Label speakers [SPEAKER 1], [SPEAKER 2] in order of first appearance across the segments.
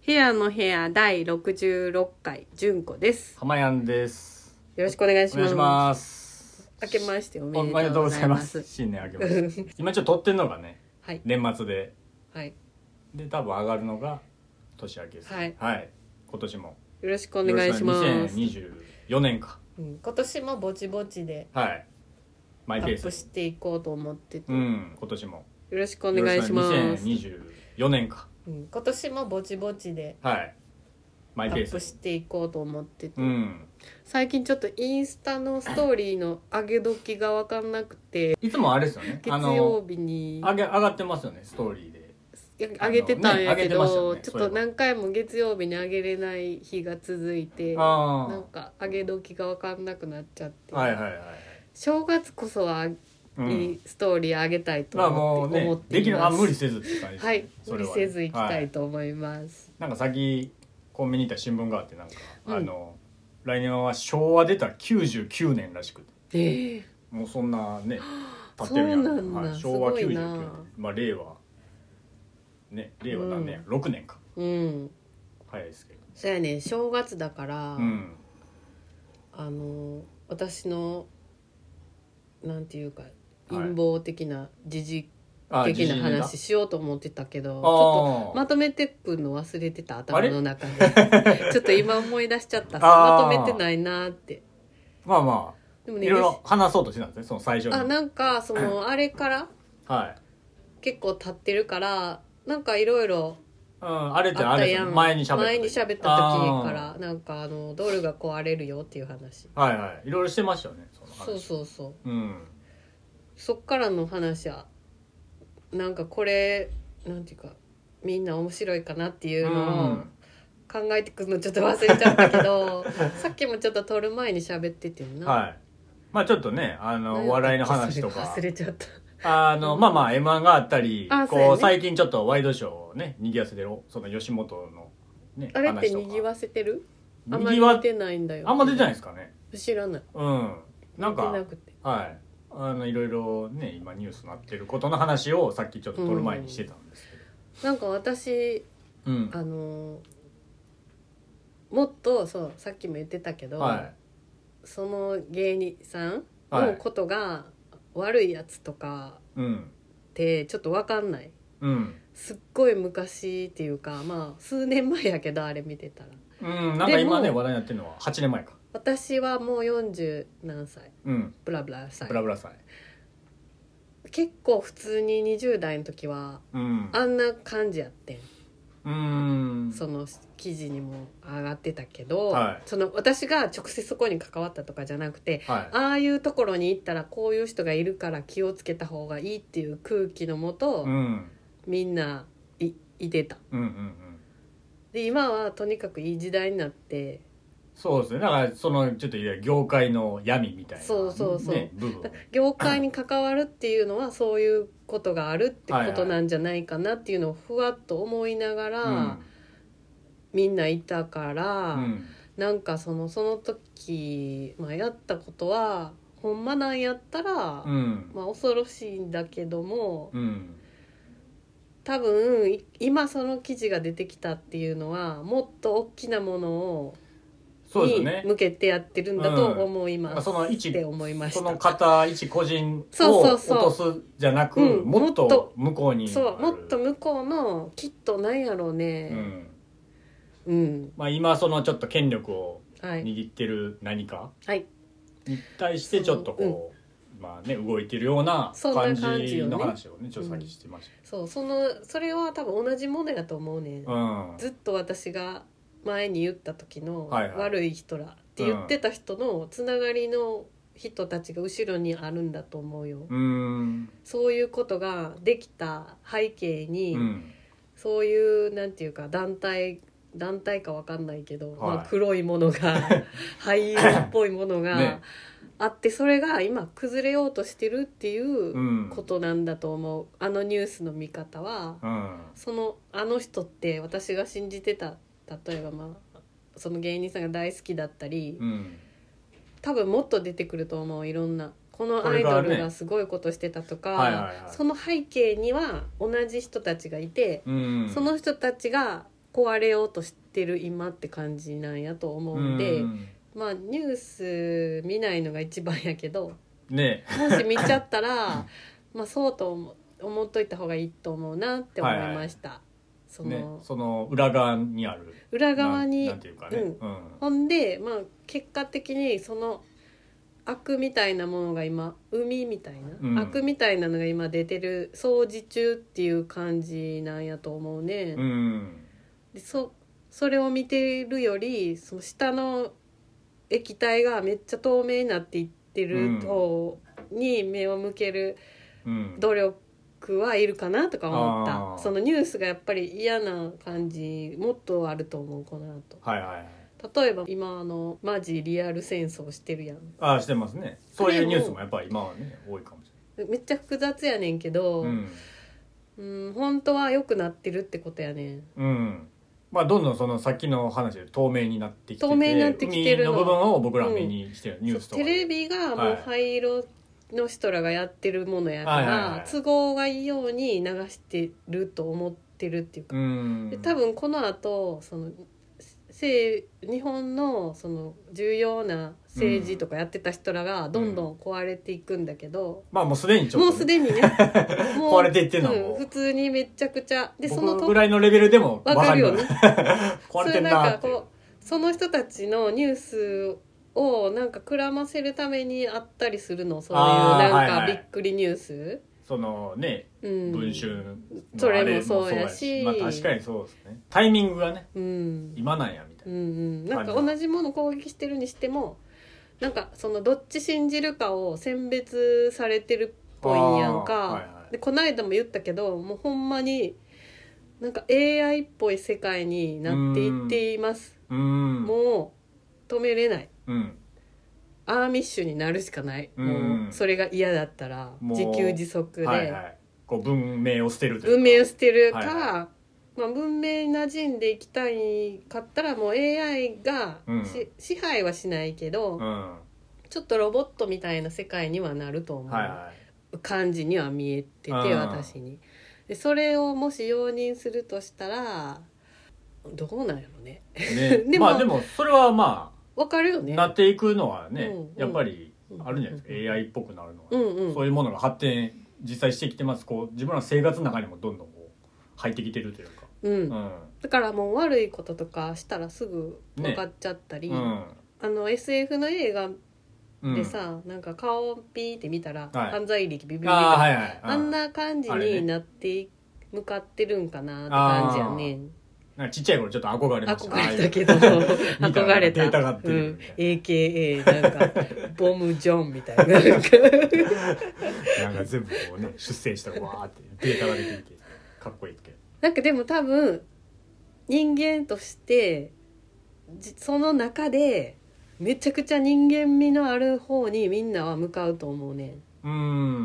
[SPEAKER 1] ヘアのヘア第66回純子です
[SPEAKER 2] 浜やんです。
[SPEAKER 1] よろしくお願いし
[SPEAKER 2] お
[SPEAKER 1] ま
[SPEAKER 2] 願い
[SPEAKER 1] す
[SPEAKER 2] します。
[SPEAKER 1] 明けましてお
[SPEAKER 2] お
[SPEAKER 1] め
[SPEAKER 2] め
[SPEAKER 1] で
[SPEAKER 2] で
[SPEAKER 1] と
[SPEAKER 2] と
[SPEAKER 1] うご
[SPEAKER 2] うご
[SPEAKER 1] ざ
[SPEAKER 2] ざ
[SPEAKER 1] いま
[SPEAKER 2] いますす。新年明けまして。今ちょっと撮ってんのがね、
[SPEAKER 1] はい
[SPEAKER 2] 年末で、
[SPEAKER 1] はい
[SPEAKER 2] で多分上がるのが年明けです、
[SPEAKER 1] はい
[SPEAKER 2] 今年も
[SPEAKER 1] よろしくお願いします、
[SPEAKER 2] 2024年か。
[SPEAKER 1] うん今年もぼちぼちで
[SPEAKER 2] はい。マ
[SPEAKER 1] ア
[SPEAKER 2] イペ
[SPEAKER 1] ッ
[SPEAKER 2] ー
[SPEAKER 1] プ
[SPEAKER 2] ス
[SPEAKER 1] し
[SPEAKER 2] で。
[SPEAKER 1] ていこうと思ってて、
[SPEAKER 2] う
[SPEAKER 1] よ
[SPEAKER 2] ん、今年も。
[SPEAKER 1] ろしくお願いします、
[SPEAKER 2] 2024年か。
[SPEAKER 1] うん今年もぼちぼちで
[SPEAKER 2] はい。マ
[SPEAKER 1] ア
[SPEAKER 2] イペー
[SPEAKER 1] ッ
[SPEAKER 2] スで
[SPEAKER 1] プ。していこうと思ってて、
[SPEAKER 2] うん。
[SPEAKER 1] 最近ちょっとインスタのストーリーの上げ時が分かんなくて
[SPEAKER 2] いつもあれですよね。
[SPEAKER 1] 月
[SPEAKER 2] あ
[SPEAKER 1] 曜
[SPEAKER 2] の、
[SPEAKER 1] 日に
[SPEAKER 2] 上げ、上がってますよね、ストーリーで。
[SPEAKER 1] いや上げてたんやけ
[SPEAKER 2] あのね上げてました
[SPEAKER 1] ど、
[SPEAKER 2] よね
[SPEAKER 1] ちょ
[SPEAKER 2] そ
[SPEAKER 1] っ
[SPEAKER 2] うい
[SPEAKER 1] と
[SPEAKER 2] えば
[SPEAKER 1] 何回も月曜日に上げれない日が続いてな
[SPEAKER 2] あ
[SPEAKER 1] んか上げ時が分かんなくなっちゃって、
[SPEAKER 2] あ。はいはいはい。
[SPEAKER 1] 正月こそは、
[SPEAKER 2] うん
[SPEAKER 1] ストーリー上げたいと
[SPEAKER 2] まあも
[SPEAKER 1] 思
[SPEAKER 2] う
[SPEAKER 1] って,、
[SPEAKER 2] ね
[SPEAKER 1] 思っ、て
[SPEAKER 2] でき
[SPEAKER 1] い
[SPEAKER 2] る、あ、
[SPEAKER 1] ます
[SPEAKER 2] 無理せずって感じですね
[SPEAKER 1] はい、
[SPEAKER 2] そ
[SPEAKER 1] 無
[SPEAKER 2] れ
[SPEAKER 1] 理
[SPEAKER 2] はね
[SPEAKER 1] せず行きた
[SPEAKER 2] はい
[SPEAKER 1] と思います、
[SPEAKER 2] なんか先コンビニ行ったら新聞があってなんか、
[SPEAKER 1] うん
[SPEAKER 2] あの来年は昭和出たら99年らしくて
[SPEAKER 1] ええ
[SPEAKER 2] もうそんな ね経ってるやん
[SPEAKER 1] そうなんだ
[SPEAKER 2] はい、昭和
[SPEAKER 1] すごい
[SPEAKER 2] 99
[SPEAKER 1] な
[SPEAKER 2] 年まあ令和ね令和何年、6年か
[SPEAKER 1] うん
[SPEAKER 2] 早いですけど
[SPEAKER 1] そやね正月だから、
[SPEAKER 2] うん
[SPEAKER 1] あの私のなんていうか
[SPEAKER 2] い
[SPEAKER 1] 陰謀的な時事
[SPEAKER 2] あ
[SPEAKER 1] 的な
[SPEAKER 2] 時事ネタ
[SPEAKER 1] 話しようと思ってたけど、
[SPEAKER 2] あ
[SPEAKER 1] ちょっと
[SPEAKER 2] ー、
[SPEAKER 1] まとめてくんの忘れてた頭
[SPEAKER 2] あれ
[SPEAKER 1] の中で ちょっと今思い出しちゃった
[SPEAKER 2] あ
[SPEAKER 1] ま
[SPEAKER 2] ー
[SPEAKER 1] とめてないなーって
[SPEAKER 2] まあま
[SPEAKER 1] で
[SPEAKER 2] あ
[SPEAKER 1] も
[SPEAKER 2] い
[SPEAKER 1] ね
[SPEAKER 2] ろいろ話そうとしてたんですねその最初に
[SPEAKER 1] あなんかそ のあれから
[SPEAKER 2] はい、
[SPEAKER 1] 結構経ってるからなんかいろいろ
[SPEAKER 2] うん、あれって
[SPEAKER 1] あ
[SPEAKER 2] あ
[SPEAKER 1] った
[SPEAKER 2] れです
[SPEAKER 1] や
[SPEAKER 2] よ
[SPEAKER 1] ん
[SPEAKER 2] 前に喋った時
[SPEAKER 1] 前に喋った時からなんかあのドルが壊れるよっていう話
[SPEAKER 2] あーはいはいいろいろしてましたよねその話
[SPEAKER 1] そうそうそう
[SPEAKER 2] うん
[SPEAKER 1] そっからの話はなんかこれなんていうかみんな面白いかなっていうのを
[SPEAKER 2] ん
[SPEAKER 1] 考えてくるのちょっと忘れちゃったけ どさっきもちょっと撮る前に喋っててんな、
[SPEAKER 2] はい。まあちょっとね、あ
[SPEAKER 1] 何やったっ
[SPEAKER 2] の、
[SPEAKER 1] け
[SPEAKER 2] お笑いの話 とか
[SPEAKER 1] 忘、れちゃった
[SPEAKER 2] あの、まあまあ M1 があったり
[SPEAKER 1] あ、そうやね
[SPEAKER 2] こう、最近ちょっとワイドショーをね、賑わせてる、その吉本のね、
[SPEAKER 1] あれって
[SPEAKER 2] 話とか。
[SPEAKER 1] 賑わせてるあんまり
[SPEAKER 2] 賑わ
[SPEAKER 1] 出てないんだよ
[SPEAKER 2] あんま出てない
[SPEAKER 1] い
[SPEAKER 2] ですかね。
[SPEAKER 1] 知らない
[SPEAKER 2] うん。なん
[SPEAKER 1] 出てな
[SPEAKER 2] か、
[SPEAKER 1] くて
[SPEAKER 2] はい。あの、いろいろね、今ニュースなってることの話をさっきちょっと撮る前にしてたんですけ
[SPEAKER 1] なんか私
[SPEAKER 2] ど。うん。
[SPEAKER 1] あのーもっとそうさっきも言ってたけど、
[SPEAKER 2] はい。
[SPEAKER 1] その芸人さん
[SPEAKER 2] は
[SPEAKER 1] の
[SPEAKER 2] い。
[SPEAKER 1] ことが悪いやつとか
[SPEAKER 2] うん。
[SPEAKER 1] ってちょっと分かんない
[SPEAKER 2] うん。
[SPEAKER 1] すっごい昔っていうかまあ数年前やけどあれ見てたら
[SPEAKER 2] うん。なんか今ね、
[SPEAKER 1] でも
[SPEAKER 2] 話題になってるのは8年前か。
[SPEAKER 1] 私はもう40何歳
[SPEAKER 2] うん。
[SPEAKER 1] ブラブラ歳
[SPEAKER 2] ブラブラさん。
[SPEAKER 1] 結構普通に20代の時は
[SPEAKER 2] うん。
[SPEAKER 1] あんな感じやってん
[SPEAKER 2] うん。
[SPEAKER 1] その記事にも上がってたけど、
[SPEAKER 2] はい
[SPEAKER 1] その私が直接そこに関わったとかじゃなくて
[SPEAKER 2] はい。
[SPEAKER 1] ああいうところに行ったらこういう人がいるから気をつけた方がいいっていう空気のもと、
[SPEAKER 2] うん。
[SPEAKER 1] みんないいてた
[SPEAKER 2] うんうんうん。
[SPEAKER 1] で今はとにかくいい時代になって
[SPEAKER 2] そうですね。だから、その、ちょっといわゆる業界の闇みたいな、ね。
[SPEAKER 1] そうそうそう
[SPEAKER 2] 部分。
[SPEAKER 1] 業界に関わるっていうのはそういうことがあるってことなんじゃないかなっていうのをふわっと思いながら、みんないたから、
[SPEAKER 2] うん。うん。
[SPEAKER 1] なんかそのその時、まあ、やったことはほんまなんやったら、
[SPEAKER 2] うん。
[SPEAKER 1] まあ、恐ろしいんだけども、
[SPEAKER 2] うん。
[SPEAKER 1] 多分い今その記事が出てきたっていうのはもっと大きなものを
[SPEAKER 2] そうですよ
[SPEAKER 1] に
[SPEAKER 2] ね。
[SPEAKER 1] 向けてやってるんだと
[SPEAKER 2] うん
[SPEAKER 1] 思います、
[SPEAKER 2] まあその一
[SPEAKER 1] って思いました
[SPEAKER 2] その方一個人
[SPEAKER 1] そう
[SPEAKER 2] を
[SPEAKER 1] そう
[SPEAKER 2] 落
[SPEAKER 1] そう
[SPEAKER 2] とすじゃなく、
[SPEAKER 1] うん
[SPEAKER 2] もっ
[SPEAKER 1] もっと
[SPEAKER 2] と向こうにある。
[SPEAKER 1] そうもっと向こうのきっとなんやろう
[SPEAKER 2] う
[SPEAKER 1] ね
[SPEAKER 2] ん。
[SPEAKER 1] うん、
[SPEAKER 2] まあ今そのちょっと権力を
[SPEAKER 1] はい
[SPEAKER 2] 握ってる何か
[SPEAKER 1] はい
[SPEAKER 2] に対してちょっとこう、まあね、動いてるような
[SPEAKER 1] そんな
[SPEAKER 2] 感
[SPEAKER 1] 感じ
[SPEAKER 2] じ
[SPEAKER 1] よね
[SPEAKER 2] の話をね、ちょっとさっきしてまし
[SPEAKER 1] そうそのそれは多分同じものやと思うね、ん
[SPEAKER 2] た。うん。
[SPEAKER 1] ずっと私が前に言った時の
[SPEAKER 2] はいはい
[SPEAKER 1] 悪い人らって言ってた人のつながりの人たちが後ろにあるんだと思うよ、
[SPEAKER 2] うん。
[SPEAKER 1] そういうことができた背景に、
[SPEAKER 2] うん。
[SPEAKER 1] そういうなんていうか団体団体かわかんないけど、
[SPEAKER 2] はい
[SPEAKER 1] まあ、黒いもの が俳優っぽいものが
[SPEAKER 2] ね
[SPEAKER 1] あって、それが今崩れようとしてるっていう
[SPEAKER 2] うん。
[SPEAKER 1] ことなんだと思うあのニュースの見方は、
[SPEAKER 2] うん。
[SPEAKER 1] そのあの人って私が信じてた例えばまあその芸人さんが大好きだったり、
[SPEAKER 2] うん。
[SPEAKER 1] 多分もっと出てくると思ういろんなこのアイドルがすごいことしてたとか、
[SPEAKER 2] これからねはいはいはい
[SPEAKER 1] その背景には同じ人たちがいて、
[SPEAKER 2] うん
[SPEAKER 1] その人たちが壊れようとしてる今って感じなんやと思うんで、
[SPEAKER 2] うん
[SPEAKER 1] まあニュース見ないのが一番やけど
[SPEAKER 2] ね
[SPEAKER 1] もし見ちゃったら まあそうと思思っといた方がいいと思うなって思いました。その、
[SPEAKER 2] ねその裏側にある
[SPEAKER 1] 裏側に
[SPEAKER 2] なんなんていうかね、
[SPEAKER 1] うんほんで、まあ、結果的にその悪みたいなものが今海みたいな、
[SPEAKER 2] うん
[SPEAKER 1] 悪みたいなのが今出てる掃除中っていう感じなんやと思うね。
[SPEAKER 2] うんうん
[SPEAKER 1] でそそれを見てるよりその下の液体がめっちゃ透明になっていってる方に目を向ける
[SPEAKER 2] うん
[SPEAKER 1] 努力はいるかなとか思った、
[SPEAKER 2] あー
[SPEAKER 1] そのニュースがやっぱり嫌な感じもっとあると思うこの後
[SPEAKER 2] はいはいはい
[SPEAKER 1] 例えば今あのマジリアル戦争してるやん
[SPEAKER 2] ああしてますねそういうニュースもやっぱり今はね多いかもし
[SPEAKER 1] めっちゃ複雑やねんけど、
[SPEAKER 2] れ
[SPEAKER 1] う
[SPEAKER 2] ない
[SPEAKER 1] ん、本当は良くなってるってことやねん
[SPEAKER 2] うん、うんまあ、どんどんそのさっきの話で透明になってきてて
[SPEAKER 1] 透明になってきてるの
[SPEAKER 2] 海の部分を僕らは目にしてる、ニュースとか
[SPEAKER 1] テ
[SPEAKER 2] で
[SPEAKER 1] レビがもう灰色の人らがやってるものやから、
[SPEAKER 2] はいはいはい
[SPEAKER 1] 都合がいいように流してると思ってるっていうか、
[SPEAKER 2] うん
[SPEAKER 1] で多分この後そのせ日本のその重要な政治とかやってた人らがどんどん壊れていくんだけど、
[SPEAKER 2] まあもうすでにちょっ
[SPEAKER 1] も
[SPEAKER 2] とね
[SPEAKER 1] うすで にねも
[SPEAKER 2] 壊れていってんのはもう
[SPEAKER 1] 普通にめちゃくちゃでその
[SPEAKER 2] 僕
[SPEAKER 1] と
[SPEAKER 2] ぐらいのレベルでも
[SPEAKER 1] わかるよね
[SPEAKER 2] わかる 壊れ
[SPEAKER 1] そ
[SPEAKER 2] て
[SPEAKER 1] うんな
[SPEAKER 2] なんー
[SPEAKER 1] か
[SPEAKER 2] って
[SPEAKER 1] こうその人たちのニュースをなんかくらませるためにあったりするのそういう
[SPEAKER 2] あ
[SPEAKER 1] な
[SPEAKER 2] ー
[SPEAKER 1] ん
[SPEAKER 2] はいは
[SPEAKER 1] か
[SPEAKER 2] い
[SPEAKER 1] びっくりニュース、
[SPEAKER 2] そのね
[SPEAKER 1] うん
[SPEAKER 2] 文春
[SPEAKER 1] そ
[SPEAKER 2] のあ
[SPEAKER 1] れ
[SPEAKER 2] れ
[SPEAKER 1] も
[SPEAKER 2] も
[SPEAKER 1] そ
[SPEAKER 2] そうう
[SPEAKER 1] や
[SPEAKER 2] や
[SPEAKER 1] し
[SPEAKER 2] しまあ確かにそうですねタイミングがね
[SPEAKER 1] うん
[SPEAKER 2] 今なんやみた
[SPEAKER 1] う
[SPEAKER 2] い
[SPEAKER 1] んう、
[SPEAKER 2] なん
[SPEAKER 1] なんか同じもの攻撃してるにしてもなんかそのどっち信じるかを選別されてるっぽいんやんか、
[SPEAKER 2] あーはいはい
[SPEAKER 1] でこの間も言ったけどもうほんまになんか AI っぽい世界になっていっています
[SPEAKER 2] うーん
[SPEAKER 1] もう止めれない
[SPEAKER 2] うん
[SPEAKER 1] アーミッシュになるしかないも
[SPEAKER 2] ん
[SPEAKER 1] うそれが嫌だったら
[SPEAKER 2] もう
[SPEAKER 1] 自給自足
[SPEAKER 2] はい
[SPEAKER 1] で
[SPEAKER 2] はいこう文明を捨てるというか
[SPEAKER 1] 文明を捨てるか、
[SPEAKER 2] はいは
[SPEAKER 1] まあ、文明に馴染んでいきたいかったらもう AI が
[SPEAKER 2] うん
[SPEAKER 1] し、支配はしないけど、
[SPEAKER 2] うんは
[SPEAKER 1] ちょっとロボットみたいな世界にはなると
[SPEAKER 2] い
[SPEAKER 1] 思う
[SPEAKER 2] は
[SPEAKER 1] 感じには見えてて、
[SPEAKER 2] うん
[SPEAKER 1] 私にでそれをもし容認するとしたらどうなんやろね
[SPEAKER 2] いね
[SPEAKER 1] でも
[SPEAKER 2] まあでもそれはま
[SPEAKER 1] わかるよ
[SPEAKER 2] あ
[SPEAKER 1] ね
[SPEAKER 2] なっていくのはね
[SPEAKER 1] うん
[SPEAKER 2] やっぱりあるんじゃないです
[SPEAKER 1] うん
[SPEAKER 2] か AI っぽくなるのは
[SPEAKER 1] うんうん
[SPEAKER 2] そういうものが発展実際してきてますこう自分らの生活の中にもどんどんこう入ってきてるというか
[SPEAKER 1] うん
[SPEAKER 2] う
[SPEAKER 1] だからもう悪いこととかしたらすぐ分かっちゃったり、
[SPEAKER 2] んうん
[SPEAKER 1] あの SF の映画
[SPEAKER 2] うん
[SPEAKER 1] でさ、なんか顔をピーって見たら、
[SPEAKER 2] はい
[SPEAKER 1] 犯罪歴ビビビビ
[SPEAKER 2] ああ
[SPEAKER 1] あ,、
[SPEAKER 2] はいはいうん
[SPEAKER 1] な感じ
[SPEAKER 2] あれね
[SPEAKER 1] になって向かってるんかなって感じやねん
[SPEAKER 2] なんかちっちゃい頃ちょっと憧れました
[SPEAKER 1] 憧れたけ
[SPEAKER 2] ど
[SPEAKER 1] ど
[SPEAKER 2] 見たら
[SPEAKER 1] 憧れ
[SPEAKER 2] 出た
[SPEAKER 1] た
[SPEAKER 2] がってるみたいな
[SPEAKER 1] AKA なんかボム・ジョンみたいななんか
[SPEAKER 2] なんか全部こうね出生したらわーってデータが出てきてかっこいいけど
[SPEAKER 1] なんかでも多分人間としてじその中でめちゃくちゃ人間味のある方にみんなは向かうと思うねん。
[SPEAKER 2] う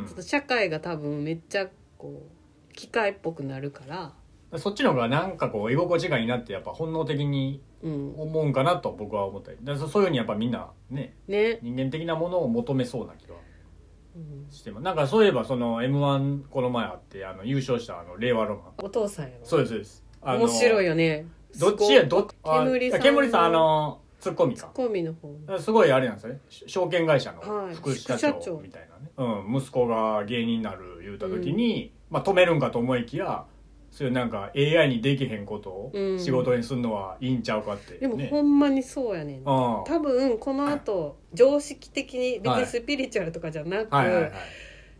[SPEAKER 2] ー
[SPEAKER 1] 社会が多分めっちゃこう機械っぽくなるから、
[SPEAKER 2] んそっちの方がなんかこう居心地がいいなってやっぱ本能的に
[SPEAKER 1] うん、
[SPEAKER 2] 思うんかなと僕は思ったりだからそそういうふうにやっぱみんなね
[SPEAKER 1] ね、
[SPEAKER 2] 人間的なものを求めそうな気は
[SPEAKER 1] うん、
[SPEAKER 2] してますなんかそういえばその m 1この前あってあの優勝したあの令和ロマン
[SPEAKER 1] お父さんやろ
[SPEAKER 2] そうですそうですあの
[SPEAKER 1] 面白いよね
[SPEAKER 2] どっちや
[SPEAKER 1] す
[SPEAKER 2] どっあ
[SPEAKER 1] 煙さんの
[SPEAKER 2] 煙さんあのツッコミか
[SPEAKER 1] ごいツッコミの方
[SPEAKER 2] すごいあれなんですよねし証券会社の
[SPEAKER 1] はい
[SPEAKER 2] 副社
[SPEAKER 1] 副社長
[SPEAKER 2] 長みたいなね、うん、息子が芸人になる言うた時に、まあ、止めるんかと思いきやそういうなんか AI にできへんことを
[SPEAKER 1] うん
[SPEAKER 2] 仕事にするのはいいんちゃうかって、
[SPEAKER 1] でも
[SPEAKER 2] ね
[SPEAKER 1] ほんまにそうやねん、
[SPEAKER 2] うん
[SPEAKER 1] 多分この後常識的に別
[SPEAKER 2] は
[SPEAKER 1] に
[SPEAKER 2] い
[SPEAKER 1] スピリチュアルとかじゃなく、
[SPEAKER 2] はいはいはい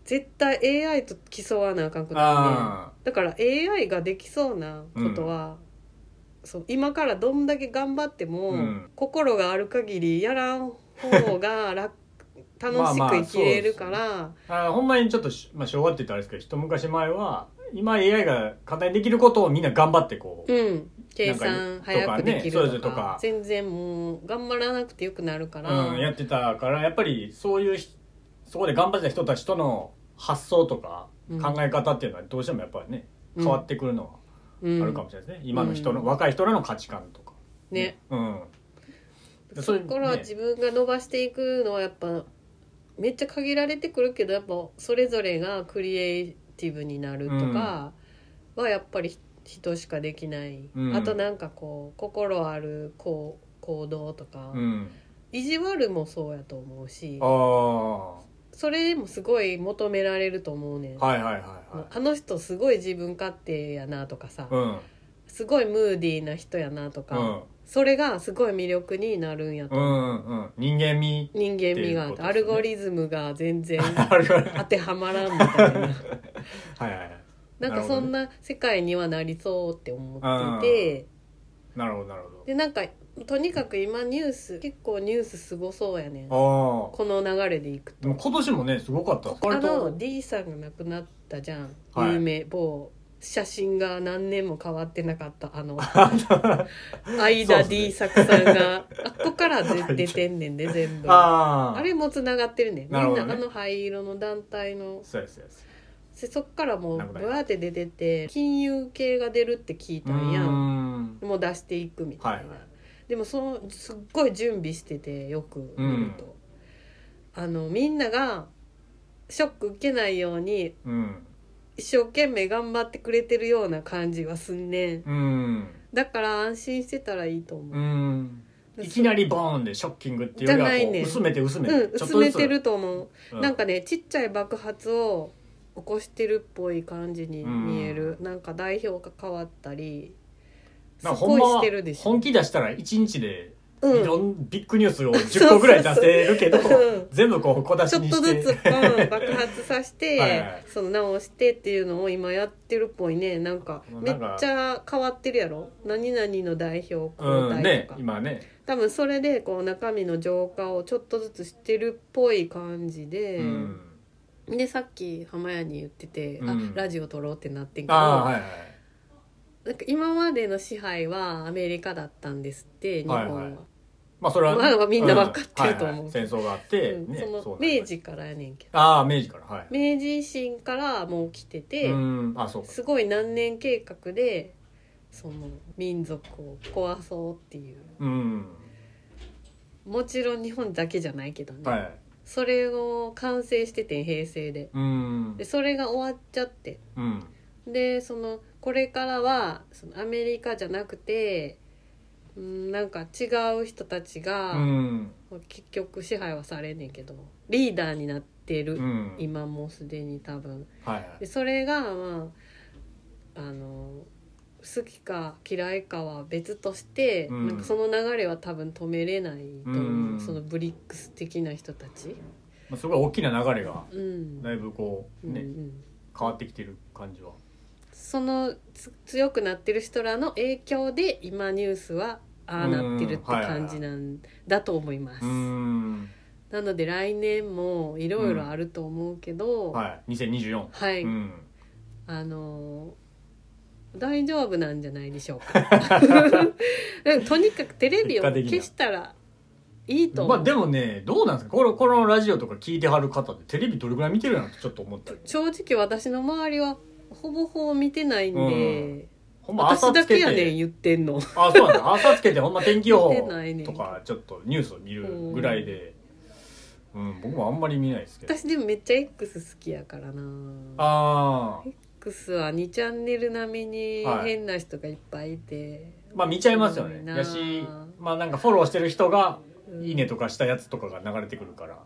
[SPEAKER 1] 絶対 AI と競わなあかんくなるね
[SPEAKER 2] あ
[SPEAKER 1] だから AI ができそうなことは、そう今からどんだけ頑張っても、
[SPEAKER 2] うん
[SPEAKER 1] 心がある限りやらん方が楽楽し
[SPEAKER 2] まあま
[SPEAKER 1] く
[SPEAKER 2] あ
[SPEAKER 1] 生きれるから、
[SPEAKER 2] ーあーほんまにちょっとし、まあ、昭和って言ったらあれですけど一昔前は今 AI が簡単にできることをみんな頑張ってこう、
[SPEAKER 1] うん、計算早くできる
[SPEAKER 2] とかねそう
[SPEAKER 1] とか,、
[SPEAKER 2] ですとか
[SPEAKER 1] 全然もう頑張らなくてよくなるから、
[SPEAKER 2] うん、やってたからやっぱりそういうひそこで頑張ってた人たちとの発想とか
[SPEAKER 1] うん
[SPEAKER 2] 考え方っていうのはどうしてもやっぱりね、
[SPEAKER 1] うん
[SPEAKER 2] 変わってくるのは
[SPEAKER 1] うん
[SPEAKER 2] あるかもしれないですね、今の人の、
[SPEAKER 1] うん
[SPEAKER 2] 若い人らの価値観とか
[SPEAKER 1] ね、
[SPEAKER 2] うん
[SPEAKER 1] そこから
[SPEAKER 2] ね
[SPEAKER 1] 自分が伸ばしていくのはやっぱめっちゃ限られてくるけどやっぱそれぞれがクリエイティブになるとかはやっぱり人しかできない、
[SPEAKER 2] うん
[SPEAKER 1] あとなんかこう心あるこう行動とか、
[SPEAKER 2] うん、
[SPEAKER 1] 意地悪もそうやと思うし
[SPEAKER 2] ああは
[SPEAKER 1] それもすごい求められると思うねん、
[SPEAKER 2] いはいはいは
[SPEAKER 1] あの人すごい自分勝手やなとかさ、
[SPEAKER 2] いうん
[SPEAKER 1] すごいムーディーな人やなとか、
[SPEAKER 2] うん
[SPEAKER 1] それがすごい魅力になるんやと、
[SPEAKER 2] うんうん人間味
[SPEAKER 1] 人間味があって、
[SPEAKER 2] っていうことですね
[SPEAKER 1] アルゴリズムが全 然
[SPEAKER 2] あるから
[SPEAKER 1] 当てはまらんみたいな
[SPEAKER 2] はいはいはい
[SPEAKER 1] なんかそんな世界にはなりそうって思ってて、
[SPEAKER 2] なるほどなるほ
[SPEAKER 1] でなんかとにかく今ニュース結構ニュースすごそうやねんこ
[SPEAKER 2] どあ
[SPEAKER 1] の流れでいく
[SPEAKER 2] あでも
[SPEAKER 1] と
[SPEAKER 2] 今年もねすごかったです
[SPEAKER 1] あ
[SPEAKER 2] 割と
[SPEAKER 1] の D さんが亡くなったじゃん、
[SPEAKER 2] はい
[SPEAKER 1] 有名某写真が何年も変わってなかったあ の
[SPEAKER 2] そう
[SPEAKER 1] 間
[SPEAKER 2] っすね
[SPEAKER 1] D 作さん があっこから出出てんねんで全部
[SPEAKER 2] ああ
[SPEAKER 1] あれもつながってるねみんな
[SPEAKER 2] なるほどね
[SPEAKER 1] あの灰色の団体の
[SPEAKER 2] そうですそうです
[SPEAKER 1] でそっからもう
[SPEAKER 2] なくな
[SPEAKER 1] ブ
[SPEAKER 2] り
[SPEAKER 1] ワーって出てて金融系が出るって聞いうた
[SPEAKER 2] ー
[SPEAKER 1] んやん
[SPEAKER 2] ん
[SPEAKER 1] もう出していくみたいな、
[SPEAKER 2] はいはい
[SPEAKER 1] でもそのすっごい準備しててよく見ると、あのみんながショック受けないように
[SPEAKER 2] うん
[SPEAKER 1] 一生懸命頑張ってくれてるような感じはすんねん
[SPEAKER 2] うん
[SPEAKER 1] だから安心してたらいいと思う
[SPEAKER 2] う、んいきなりボーンでショッキングっていうよりは
[SPEAKER 1] じゃないね
[SPEAKER 2] こう薄めて薄めて、
[SPEAKER 1] うん、
[SPEAKER 2] ちょっ
[SPEAKER 1] 薄
[SPEAKER 2] とず
[SPEAKER 1] め
[SPEAKER 2] つ
[SPEAKER 1] てると思う、
[SPEAKER 2] う
[SPEAKER 1] なんかねちっちゃい爆発を起こしてるっぽい感じに見える、なんか代表が変わったりす
[SPEAKER 2] なんか
[SPEAKER 1] ご
[SPEAKER 2] ほん
[SPEAKER 1] い
[SPEAKER 2] ま
[SPEAKER 1] し
[SPEAKER 2] は
[SPEAKER 1] てるでしょ、
[SPEAKER 2] 本気出したら1日で
[SPEAKER 1] う
[SPEAKER 2] い
[SPEAKER 1] ん、
[SPEAKER 2] ろんビッグニュースを10個ぐらい出せるけど
[SPEAKER 1] そうそうそううん
[SPEAKER 2] 全部こう小出
[SPEAKER 1] ち
[SPEAKER 2] し
[SPEAKER 1] ょっ
[SPEAKER 2] に
[SPEAKER 1] と
[SPEAKER 2] し
[SPEAKER 1] ず
[SPEAKER 2] て
[SPEAKER 1] つ、うん、爆発させて
[SPEAKER 2] はいはい
[SPEAKER 1] その直してっていうのを今やってるっぽいねなんか
[SPEAKER 2] もう
[SPEAKER 1] め
[SPEAKER 2] な
[SPEAKER 1] っ
[SPEAKER 2] んか
[SPEAKER 1] ちゃ変わってるやろ何々の代表交
[SPEAKER 2] うん
[SPEAKER 1] 代
[SPEAKER 2] ね
[SPEAKER 1] とか、
[SPEAKER 2] 今ね
[SPEAKER 1] 多分それでこう中身の浄化をちょっとずつしてるっぽい感じで。
[SPEAKER 2] うん
[SPEAKER 1] でさっき浜谷に言ってて、
[SPEAKER 2] う
[SPEAKER 1] あ
[SPEAKER 2] ん
[SPEAKER 1] ラジオ撮ろうってなってんけど、
[SPEAKER 2] ああはいはい
[SPEAKER 1] なんか今までの支配はアメリカだったんですって日本は、
[SPEAKER 2] はいはいまあそれは、
[SPEAKER 1] まあみんな分かってると思うん
[SPEAKER 2] はいはい戦争があって、
[SPEAKER 1] うん
[SPEAKER 2] ね
[SPEAKER 1] その
[SPEAKER 2] うなんだ
[SPEAKER 1] 明治からやねんけど
[SPEAKER 2] ああ明治からはい
[SPEAKER 1] 明治維新からもう来てて、
[SPEAKER 2] うんあそうか
[SPEAKER 1] すごい何年計画でその民族を壊そうっていう
[SPEAKER 2] うん
[SPEAKER 1] もちろん日本だけじゃないけどね、
[SPEAKER 2] はい
[SPEAKER 1] それを完成してて平成で
[SPEAKER 2] うん
[SPEAKER 1] でそれが終わっちゃって
[SPEAKER 2] うん
[SPEAKER 1] でそのこれからはそのアメリカじゃなくてうんなんか違う人たちが、
[SPEAKER 2] うん
[SPEAKER 1] 結局支配はされんねんけどリーダーになってる、
[SPEAKER 2] うん
[SPEAKER 1] 今もうすでに多分
[SPEAKER 2] はいはい
[SPEAKER 1] でそれがまああの好きか嫌いかは別として、
[SPEAKER 2] うん
[SPEAKER 1] なんかその流れは多分止めれないと思う、
[SPEAKER 2] うん
[SPEAKER 1] そのブリックス的な人たち。
[SPEAKER 2] まあ、すごい大きな流れが
[SPEAKER 1] うん
[SPEAKER 2] だいぶこうね、
[SPEAKER 1] うんうん
[SPEAKER 2] 変わってきてる感じは
[SPEAKER 1] そのつ強くなってる人らの影響で今ニュースはああなってるって感じなんだと思います。
[SPEAKER 2] うん
[SPEAKER 1] なので来年もいろいろあると思うけど、はい、
[SPEAKER 2] はい2024うん
[SPEAKER 1] あのー大丈夫なんじゃないでしょうか。 でもとにかくテレビを消したらいいと思
[SPEAKER 2] ま
[SPEAKER 1] う。
[SPEAKER 2] あでもねどうなんですかこのこのラジオとか聞いてはる方でテレビどれぐらい見てるなんてちょっと思ったり
[SPEAKER 1] 正直私の周りはほぼほぼ見てないんで、
[SPEAKER 2] ほんま
[SPEAKER 1] 私
[SPEAKER 2] 朝
[SPEAKER 1] だ
[SPEAKER 2] つけ
[SPEAKER 1] け
[SPEAKER 2] て
[SPEAKER 1] やねん言ってんの。
[SPEAKER 2] あそうなんだ 朝つけてほんま天気予
[SPEAKER 1] 見て
[SPEAKER 2] 報
[SPEAKER 1] ないね
[SPEAKER 2] とかちょっとニュースを見るぐらいで、うん、僕もあんまり見ないですけど
[SPEAKER 1] 私でもめっちゃ X 好きやからな。
[SPEAKER 2] ああ
[SPEAKER 1] X は2チャンネル並みに
[SPEAKER 2] はい
[SPEAKER 1] 変な人がいっぱいいて、
[SPEAKER 2] まあ見ちゃいますよね
[SPEAKER 1] なあ
[SPEAKER 2] やしまあなんかフォローしてる人が「いいね」
[SPEAKER 1] と
[SPEAKER 2] とかしたやつとかが流れてくるから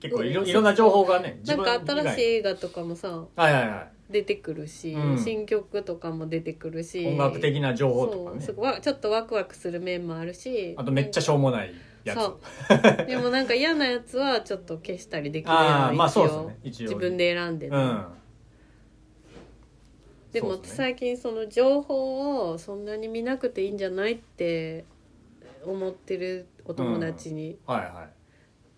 [SPEAKER 2] 結構いろ
[SPEAKER 1] うん
[SPEAKER 2] いろんな情報がね自
[SPEAKER 1] なん
[SPEAKER 2] 分
[SPEAKER 1] か新
[SPEAKER 2] 以
[SPEAKER 1] しい
[SPEAKER 2] 外
[SPEAKER 1] 映画とかもさ
[SPEAKER 2] はいはいは
[SPEAKER 1] 出てくるし、
[SPEAKER 2] うん
[SPEAKER 1] 新曲とかも出てくるし
[SPEAKER 2] い音楽的な情報とか
[SPEAKER 1] そう
[SPEAKER 2] ね
[SPEAKER 1] すごいわちょっとワクワクする面もあるし
[SPEAKER 2] あとめっちゃしょうもないやつ
[SPEAKER 1] そうでもなんか嫌なやつはちょっと消したりできる
[SPEAKER 2] あ
[SPEAKER 1] や
[SPEAKER 2] あ
[SPEAKER 1] ん
[SPEAKER 2] まあ
[SPEAKER 1] 一
[SPEAKER 2] そうです
[SPEAKER 1] 応
[SPEAKER 2] ね一応
[SPEAKER 1] 自分で選んでね、
[SPEAKER 2] うん
[SPEAKER 1] でも
[SPEAKER 2] そうですね
[SPEAKER 1] 最近その情報をそんなに見なくていいんじゃないって思ってるお友達に
[SPEAKER 2] はいは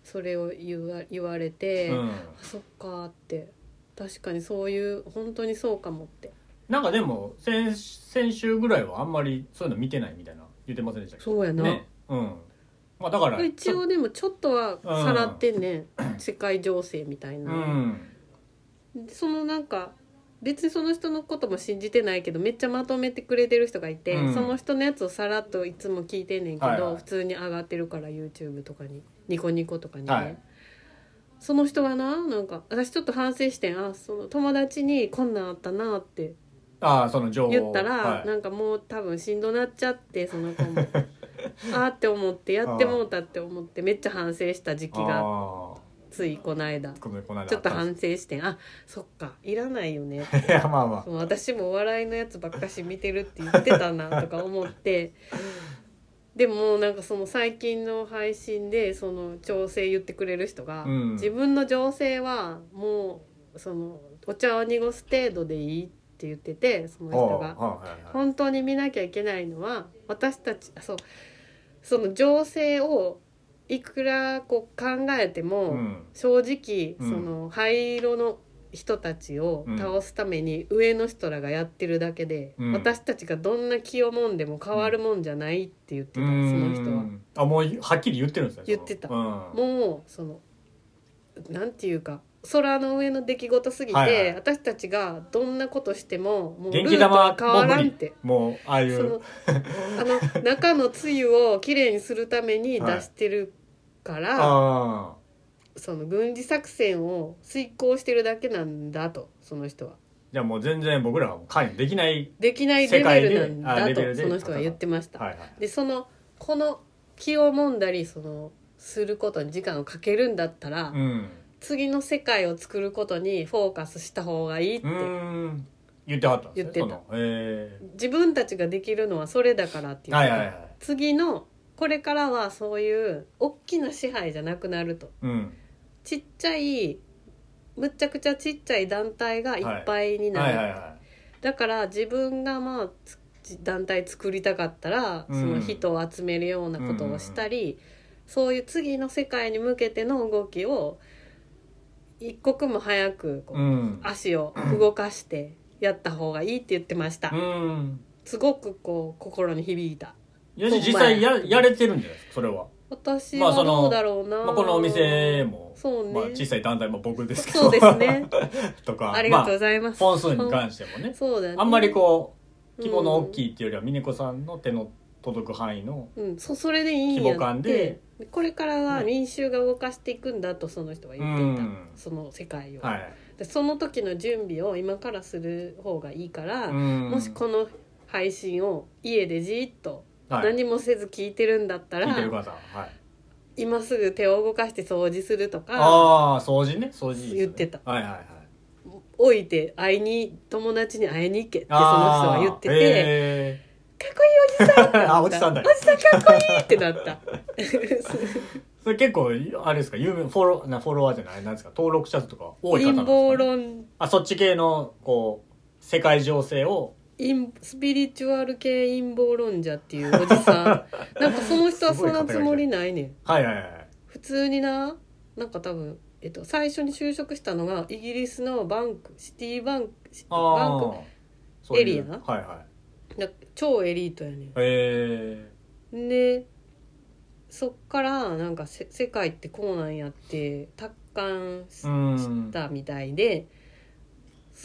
[SPEAKER 1] それを言わ言われ
[SPEAKER 2] い、
[SPEAKER 1] て、
[SPEAKER 2] うん、
[SPEAKER 1] そっかーって確かにそういう本当にそうかもって
[SPEAKER 2] なんかでも先先週ぐらいはあんまりそういうの見てないみたいな言ってませんでしたっけ
[SPEAKER 1] そうやな、
[SPEAKER 2] ねうんまあだから
[SPEAKER 1] 一応でもちょっとはさらってんね、ん、世界情勢みたい
[SPEAKER 2] うん
[SPEAKER 1] な、そのなんか別にその人のことも信じてないけどめっちゃまとめてくれてる人がいて、
[SPEAKER 2] うん
[SPEAKER 1] その人のやつをさらっといつも聞いてんねんけど、
[SPEAKER 2] はいはい
[SPEAKER 1] 普通に上がってるから YouTube とかにニコニコとかにね、
[SPEAKER 2] はい
[SPEAKER 1] その人がななんか私ちょっと反省してんあその友達にこんなんあったなって
[SPEAKER 2] ああその情報
[SPEAKER 1] 言ったら、
[SPEAKER 2] はい
[SPEAKER 1] なんかもう多分しんどなっちゃってその子 もあーって思ってやってもうたって思ってめっちゃ反省した時期が
[SPEAKER 2] あ
[SPEAKER 1] ついこの間
[SPEAKER 2] あごめんこの間
[SPEAKER 1] ちょっと
[SPEAKER 2] あ
[SPEAKER 1] 反省してんあそっかいらないよね
[SPEAKER 2] たんですい やまあま
[SPEAKER 1] そう私もお笑いのやつばっかし見てるって言ってたなとか思って でもなんかその最近の配信でその調整言ってくれる人が、
[SPEAKER 2] うん
[SPEAKER 1] 自分の情勢はもうそのお茶を濁す程度でいいって言っててその
[SPEAKER 2] あお
[SPEAKER 1] 人
[SPEAKER 2] う
[SPEAKER 1] が
[SPEAKER 2] はいはいはい
[SPEAKER 1] 本当に見なきゃいけないのは私たちあそうその情勢をいくらこう考えても、
[SPEAKER 2] うん
[SPEAKER 1] 正直、
[SPEAKER 2] うん
[SPEAKER 1] その灰色の人たちを倒すために上の人らがやってるだけで、
[SPEAKER 2] うん
[SPEAKER 1] 私たちがどんな気をもんでも変わるもんじゃないって言ってた、
[SPEAKER 2] う
[SPEAKER 1] その人は。
[SPEAKER 2] んあもうはっきり言ってるんですねその
[SPEAKER 1] 言ってた
[SPEAKER 2] うん、も
[SPEAKER 1] もうそのなんていうか空の上の出来事すぎて、
[SPEAKER 2] はいはい
[SPEAKER 1] 私たちがどんなことしてももうルー
[SPEAKER 2] 元気
[SPEAKER 1] ト
[SPEAKER 2] 玉
[SPEAKER 1] は
[SPEAKER 2] は
[SPEAKER 1] 変わらんっ
[SPEAKER 2] もう無
[SPEAKER 1] て。
[SPEAKER 2] 理もうああい
[SPEAKER 1] そうのあの中のつゆをきれいにするために出してるから、
[SPEAKER 2] ああ
[SPEAKER 1] その軍事作戦を遂行してるだけなんだとその人は
[SPEAKER 2] じゃあもう全然僕らはもう関与できない
[SPEAKER 1] できないレベルなんだ
[SPEAKER 2] 世界であレベ
[SPEAKER 1] と
[SPEAKER 2] ルで
[SPEAKER 1] その人は言ってました、
[SPEAKER 2] はいはい
[SPEAKER 1] でそのこの気をもんだりそのすることに時間をかけるんだったら、
[SPEAKER 2] うん
[SPEAKER 1] 次の世界を作ることにフォーカスした方がいいって、
[SPEAKER 2] うーん言ってはったんですね
[SPEAKER 1] 言ってた
[SPEAKER 2] そのえ
[SPEAKER 1] 自分たちができるのはそれだからってい
[SPEAKER 2] え
[SPEAKER 1] う、
[SPEAKER 2] はいはいはい
[SPEAKER 1] 次のこれからはそういう大きな支配じゃなくなると
[SPEAKER 2] うん
[SPEAKER 1] ちっちゃいむっちゃくちゃちっちゃい団体がいっぱいになる、
[SPEAKER 2] はいはいは
[SPEAKER 1] だから自分がまあつ団体作りたかったら、
[SPEAKER 2] うん
[SPEAKER 1] その人を集めるようなことをしたり、そういう次の世界に向けての動きを一刻も早くこ、
[SPEAKER 2] いううん
[SPEAKER 1] 足を動かしてやった方がいいって言ってました、
[SPEAKER 2] うん
[SPEAKER 1] すごくこう心に響いた
[SPEAKER 2] いや実際ややれてるんじゃないですかそれは
[SPEAKER 1] 私
[SPEAKER 2] まあ
[SPEAKER 1] は
[SPEAKER 2] その
[SPEAKER 1] どうだろうな、
[SPEAKER 2] まあこのお店も
[SPEAKER 1] そうね、
[SPEAKER 2] まあ小さい団体も僕ですけど
[SPEAKER 1] そうですね
[SPEAKER 2] とか
[SPEAKER 1] ありがとうご
[SPEAKER 2] ま
[SPEAKER 1] ざいま
[SPEAKER 2] あ
[SPEAKER 1] す、
[SPEAKER 2] 本数に関してもね
[SPEAKER 1] そうだね
[SPEAKER 2] あんまりこう規模の大
[SPEAKER 1] い、
[SPEAKER 2] きいっていうよりは峰子さんの手の届く範囲の
[SPEAKER 1] うんうんそそれでいいんやって
[SPEAKER 2] 規模感で
[SPEAKER 1] これからは民衆が動かしていくんだとその人は言っていた、
[SPEAKER 2] うん
[SPEAKER 1] その世界を、
[SPEAKER 2] はい
[SPEAKER 1] でその時の準備を今からする方がいいから、も
[SPEAKER 2] も
[SPEAKER 1] しこの配信を家でじーっと
[SPEAKER 2] はい
[SPEAKER 1] 何もせず聞いてるんだったら、
[SPEAKER 2] 聞いてる方はい
[SPEAKER 1] 今すぐ手を動かして掃除するとか
[SPEAKER 2] ああ掃除ね掃除いいですね
[SPEAKER 1] 言ってた
[SPEAKER 2] はいはいはい
[SPEAKER 1] 置いて会いに友達に会いに行けってその人
[SPEAKER 2] あ
[SPEAKER 1] は
[SPEAKER 2] ー
[SPEAKER 1] 言ってて
[SPEAKER 2] へ
[SPEAKER 1] 「かっこいいおじさん!」ってなった
[SPEAKER 2] あおじさんだ
[SPEAKER 1] おじさんかっこいい!」ってなった
[SPEAKER 2] ーそれ結構あれですか有名フォローなフォロワーじゃないなんですか登録者数とか 多い方な
[SPEAKER 1] 陰
[SPEAKER 2] んですか、
[SPEAKER 1] 謀
[SPEAKER 2] ね、
[SPEAKER 1] 論
[SPEAKER 2] あそっち系のこう世界情勢を
[SPEAKER 1] 陰スピリチュアル系陰謀論者っていうおじ さんなんかその人はそんなつもりないねん
[SPEAKER 2] はいはいはい
[SPEAKER 1] 普通にななんか多分、えっと、最初に就職したのがイギリスのバンクシティバンクシ
[SPEAKER 2] あ
[SPEAKER 1] バン
[SPEAKER 2] ーそういう
[SPEAKER 1] エリア
[SPEAKER 2] はいはい
[SPEAKER 1] クだ超エリートやね
[SPEAKER 2] え
[SPEAKER 1] んでそっからなんかせ世界ってこうなんやって達観し
[SPEAKER 2] ー、うんだか
[SPEAKER 1] たみたいで、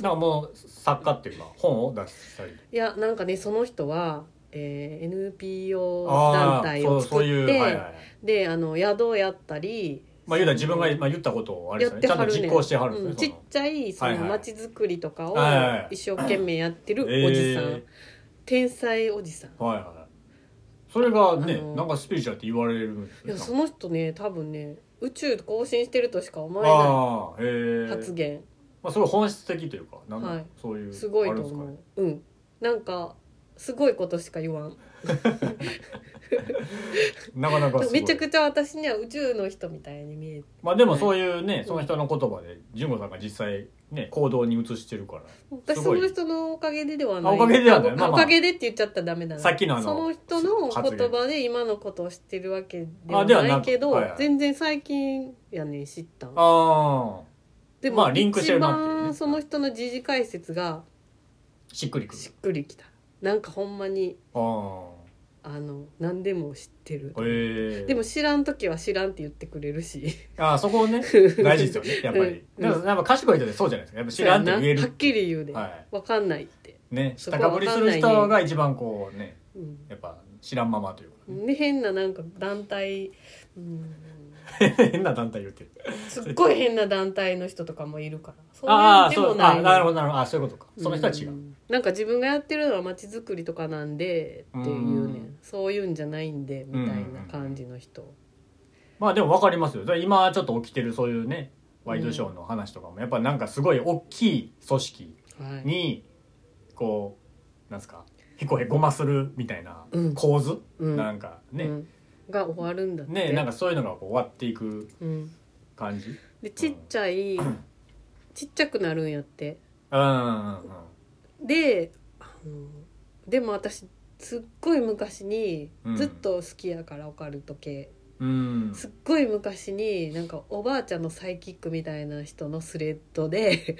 [SPEAKER 2] らもう作家っていうか本を出したり
[SPEAKER 1] いやなんかねその人は、えー NPO 団
[SPEAKER 2] ああ
[SPEAKER 1] 体
[SPEAKER 2] そ
[SPEAKER 1] を
[SPEAKER 2] う
[SPEAKER 1] 作
[SPEAKER 2] そう
[SPEAKER 1] っ
[SPEAKER 2] いう
[SPEAKER 1] て、
[SPEAKER 2] はいはい
[SPEAKER 1] であの宿をやったり
[SPEAKER 2] まあ言うたら自分が今言ったことをあれ
[SPEAKER 1] や
[SPEAKER 2] で
[SPEAKER 1] って
[SPEAKER 2] すねちゃん
[SPEAKER 1] は
[SPEAKER 2] と
[SPEAKER 1] るね
[SPEAKER 2] 実行してはるん
[SPEAKER 1] う
[SPEAKER 2] で
[SPEAKER 1] ん
[SPEAKER 2] す
[SPEAKER 1] ちっ
[SPEAKER 2] ね、
[SPEAKER 1] ちゃいその
[SPEAKER 2] はいはい
[SPEAKER 1] 街づくりとかを
[SPEAKER 2] はいはい
[SPEAKER 1] 一生懸命やってる
[SPEAKER 2] その
[SPEAKER 1] おじさん、
[SPEAKER 2] え
[SPEAKER 1] 天才おじさん
[SPEAKER 2] ーはいはいそれがね、
[SPEAKER 1] あの
[SPEAKER 2] なんかスピリチュアルって言われるんです
[SPEAKER 1] いやそ
[SPEAKER 2] ね
[SPEAKER 1] の人ね多分ね宇宙更新してるとしか思えな
[SPEAKER 2] ああへえ
[SPEAKER 1] い発言
[SPEAKER 2] まあ、すごい本質的というかなんか
[SPEAKER 1] はい
[SPEAKER 2] そういう
[SPEAKER 1] すごい
[SPEAKER 2] あ
[SPEAKER 1] と
[SPEAKER 2] るんですか
[SPEAKER 1] 思
[SPEAKER 2] ね
[SPEAKER 1] ううんなんかすごいことしか言わん
[SPEAKER 2] なかなかすごい
[SPEAKER 1] めちゃくちゃ私には宇宙の人みたいに見えて
[SPEAKER 2] まあでもそういうね、その人の言葉で純子さんが実際ね行動に移してるから
[SPEAKER 1] 私
[SPEAKER 2] す
[SPEAKER 1] そ
[SPEAKER 2] ごい
[SPEAKER 1] の人のおかげでではない
[SPEAKER 2] あおかげではない
[SPEAKER 1] あ
[SPEAKER 2] まあまあ
[SPEAKER 1] おかげでって言っちゃったらダメだな
[SPEAKER 2] さっきのあの
[SPEAKER 1] その人の
[SPEAKER 2] 発言
[SPEAKER 1] 言葉で今のことを知ってるわけでは
[SPEAKER 2] あでは
[SPEAKER 1] な
[SPEAKER 2] ない
[SPEAKER 1] けど、
[SPEAKER 2] はいはい
[SPEAKER 1] 全然最近やねん知ったん
[SPEAKER 2] ああ
[SPEAKER 1] でも、
[SPEAKER 2] まあリンクしてるなっていうね
[SPEAKER 1] 一番その人の時事解説が
[SPEAKER 2] しっくりくる
[SPEAKER 1] しっくりきたなんかほんまに
[SPEAKER 2] あ
[SPEAKER 1] あの何でも知ってる
[SPEAKER 2] あへえ
[SPEAKER 1] でも知らん時は知らんって言ってくれるし
[SPEAKER 2] ああそこね大事ですよねやっぱり、
[SPEAKER 1] うん
[SPEAKER 2] でもやっぱ賢い人ってそうじゃないですかやっぱ知らんって言える
[SPEAKER 1] はっきり言うで、わ
[SPEAKER 2] は
[SPEAKER 1] かんないって、
[SPEAKER 2] いね
[SPEAKER 1] そこ
[SPEAKER 2] 下
[SPEAKER 1] は
[SPEAKER 2] か
[SPEAKER 1] わ
[SPEAKER 2] ぶ
[SPEAKER 1] かん
[SPEAKER 2] り
[SPEAKER 1] ない
[SPEAKER 2] す
[SPEAKER 1] ね
[SPEAKER 2] る人が一番こうね
[SPEAKER 1] うん
[SPEAKER 2] やっぱ知らんままというかね、
[SPEAKER 1] で変ななんか団体、うん、
[SPEAKER 2] 変な団体言ってる
[SPEAKER 1] すっごい変な団体の人とかもいるから
[SPEAKER 2] ああ
[SPEAKER 1] そうい
[SPEAKER 2] そううん
[SPEAKER 1] でもない
[SPEAKER 2] あなるほどなるほどあそういうことかその人は違う、
[SPEAKER 1] んなんか自分がやってるのは街づくりとかなんでっていうね
[SPEAKER 2] うん
[SPEAKER 1] そういうんじゃないんでみたいな感じの人
[SPEAKER 2] まあでも分かりますよだから今ちょっと起きてるそういうねワイドショーの話とかもやっぱなんかすごい大きい組織
[SPEAKER 1] はい
[SPEAKER 2] にこうなんすかへこへこまするみたいな
[SPEAKER 1] うん
[SPEAKER 2] 構図、
[SPEAKER 1] うん
[SPEAKER 2] なんか
[SPEAKER 1] う
[SPEAKER 2] ね、
[SPEAKER 1] んが終わるんだって
[SPEAKER 2] ねなんかそういうのがこう終わっていく
[SPEAKER 1] うん
[SPEAKER 2] 感じ
[SPEAKER 1] でちっちゃいちっちゃくなるんやって
[SPEAKER 2] うんうんうん
[SPEAKER 1] であのでも私すっごい昔に
[SPEAKER 2] うん
[SPEAKER 1] ずっと好きやからオカルト系、
[SPEAKER 2] うん
[SPEAKER 1] すっごい昔になんかおばあちゃんのサイキックみたいな人のスレッド で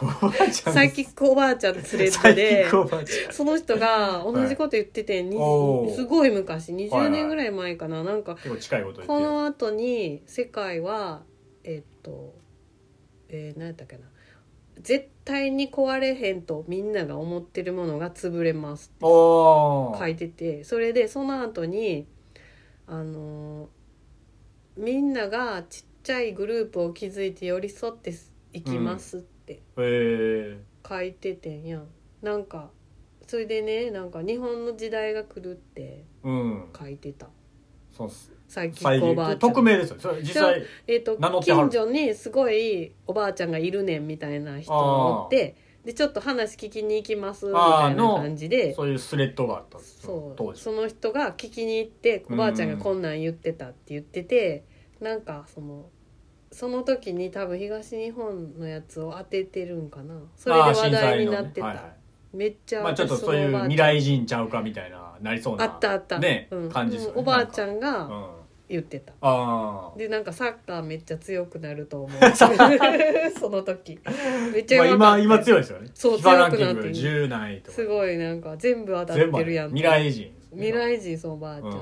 [SPEAKER 2] おばあちゃんです
[SPEAKER 1] サイ キックおばあちゃんのスレッ
[SPEAKER 2] サ
[SPEAKER 1] ド
[SPEAKER 2] イキ
[SPEAKER 1] で
[SPEAKER 2] ックおばあちゃん
[SPEAKER 1] その人が同じこと言ってて、に
[SPEAKER 2] おー
[SPEAKER 1] すごい昔20
[SPEAKER 2] はいは
[SPEAKER 1] 年
[SPEAKER 2] い
[SPEAKER 1] ぐらい前かな、なんか
[SPEAKER 2] 結構近いこと言って
[SPEAKER 1] こ
[SPEAKER 2] る
[SPEAKER 1] の後に世界はえっとえー、何やったっけな絶対に壊れへんとみんなが思ってるものが潰れますって
[SPEAKER 2] おー
[SPEAKER 1] 書いててそれでその後にあのーみんながちっちゃいグループを築いて寄り添っていきますって
[SPEAKER 2] え
[SPEAKER 1] 書いててんやん、なんかそれでねなんか日本の時代が来るって
[SPEAKER 2] ー、うん
[SPEAKER 1] 書いてた
[SPEAKER 2] そうっす
[SPEAKER 1] 最近
[SPEAKER 2] 最
[SPEAKER 1] おばあ
[SPEAKER 2] 近
[SPEAKER 1] ちゃん
[SPEAKER 2] 匿名ですよそれ実際
[SPEAKER 1] えー、と
[SPEAKER 2] 名乗ってはる
[SPEAKER 1] 近所にすごいおばあちゃんがいるねんみたいな人がおってでちょっと話聞きに行きますみたいな感じで
[SPEAKER 2] そういうスレッドがあったんです
[SPEAKER 1] そ
[SPEAKER 2] よ当
[SPEAKER 1] う
[SPEAKER 2] 時
[SPEAKER 1] その人が聞きに行っておばあちゃんがこんなん言ってたって言っててなんかそのその時に多分東日本のやつを当ててるんかなそれで
[SPEAKER 2] あー
[SPEAKER 1] 話
[SPEAKER 2] 震
[SPEAKER 1] 題
[SPEAKER 2] 災
[SPEAKER 1] に
[SPEAKER 2] のね
[SPEAKER 1] なってた、
[SPEAKER 2] はいはい
[SPEAKER 1] めっちゃ
[SPEAKER 2] まあちょっと
[SPEAKER 1] 私
[SPEAKER 2] そうい
[SPEAKER 1] の
[SPEAKER 2] う
[SPEAKER 1] おばあ
[SPEAKER 2] 未
[SPEAKER 1] ちゃん
[SPEAKER 2] 来人ちゃうかみたいななりそうな
[SPEAKER 1] あったあった、
[SPEAKER 2] ね
[SPEAKER 1] うん、
[SPEAKER 2] 感じですよね
[SPEAKER 1] おばあちゃ
[SPEAKER 2] なんんか
[SPEAKER 1] が
[SPEAKER 2] うん
[SPEAKER 1] 言ってた
[SPEAKER 2] あー
[SPEAKER 1] でなんかサッカーめっちゃ強くなると 思う その時めっちゃ
[SPEAKER 2] まあ
[SPEAKER 1] うまか
[SPEAKER 2] 今
[SPEAKER 1] った
[SPEAKER 2] 今強いですよね
[SPEAKER 1] そう
[SPEAKER 2] FIFA ランキ
[SPEAKER 1] 強く
[SPEAKER 2] ン
[SPEAKER 1] なっ
[SPEAKER 2] グ
[SPEAKER 1] てる
[SPEAKER 2] 10何位とか
[SPEAKER 1] すごいなんか全部当たっ
[SPEAKER 2] 全部
[SPEAKER 1] てるやん
[SPEAKER 2] 未来人
[SPEAKER 1] 未来人そのおばあちゃ
[SPEAKER 2] うんん、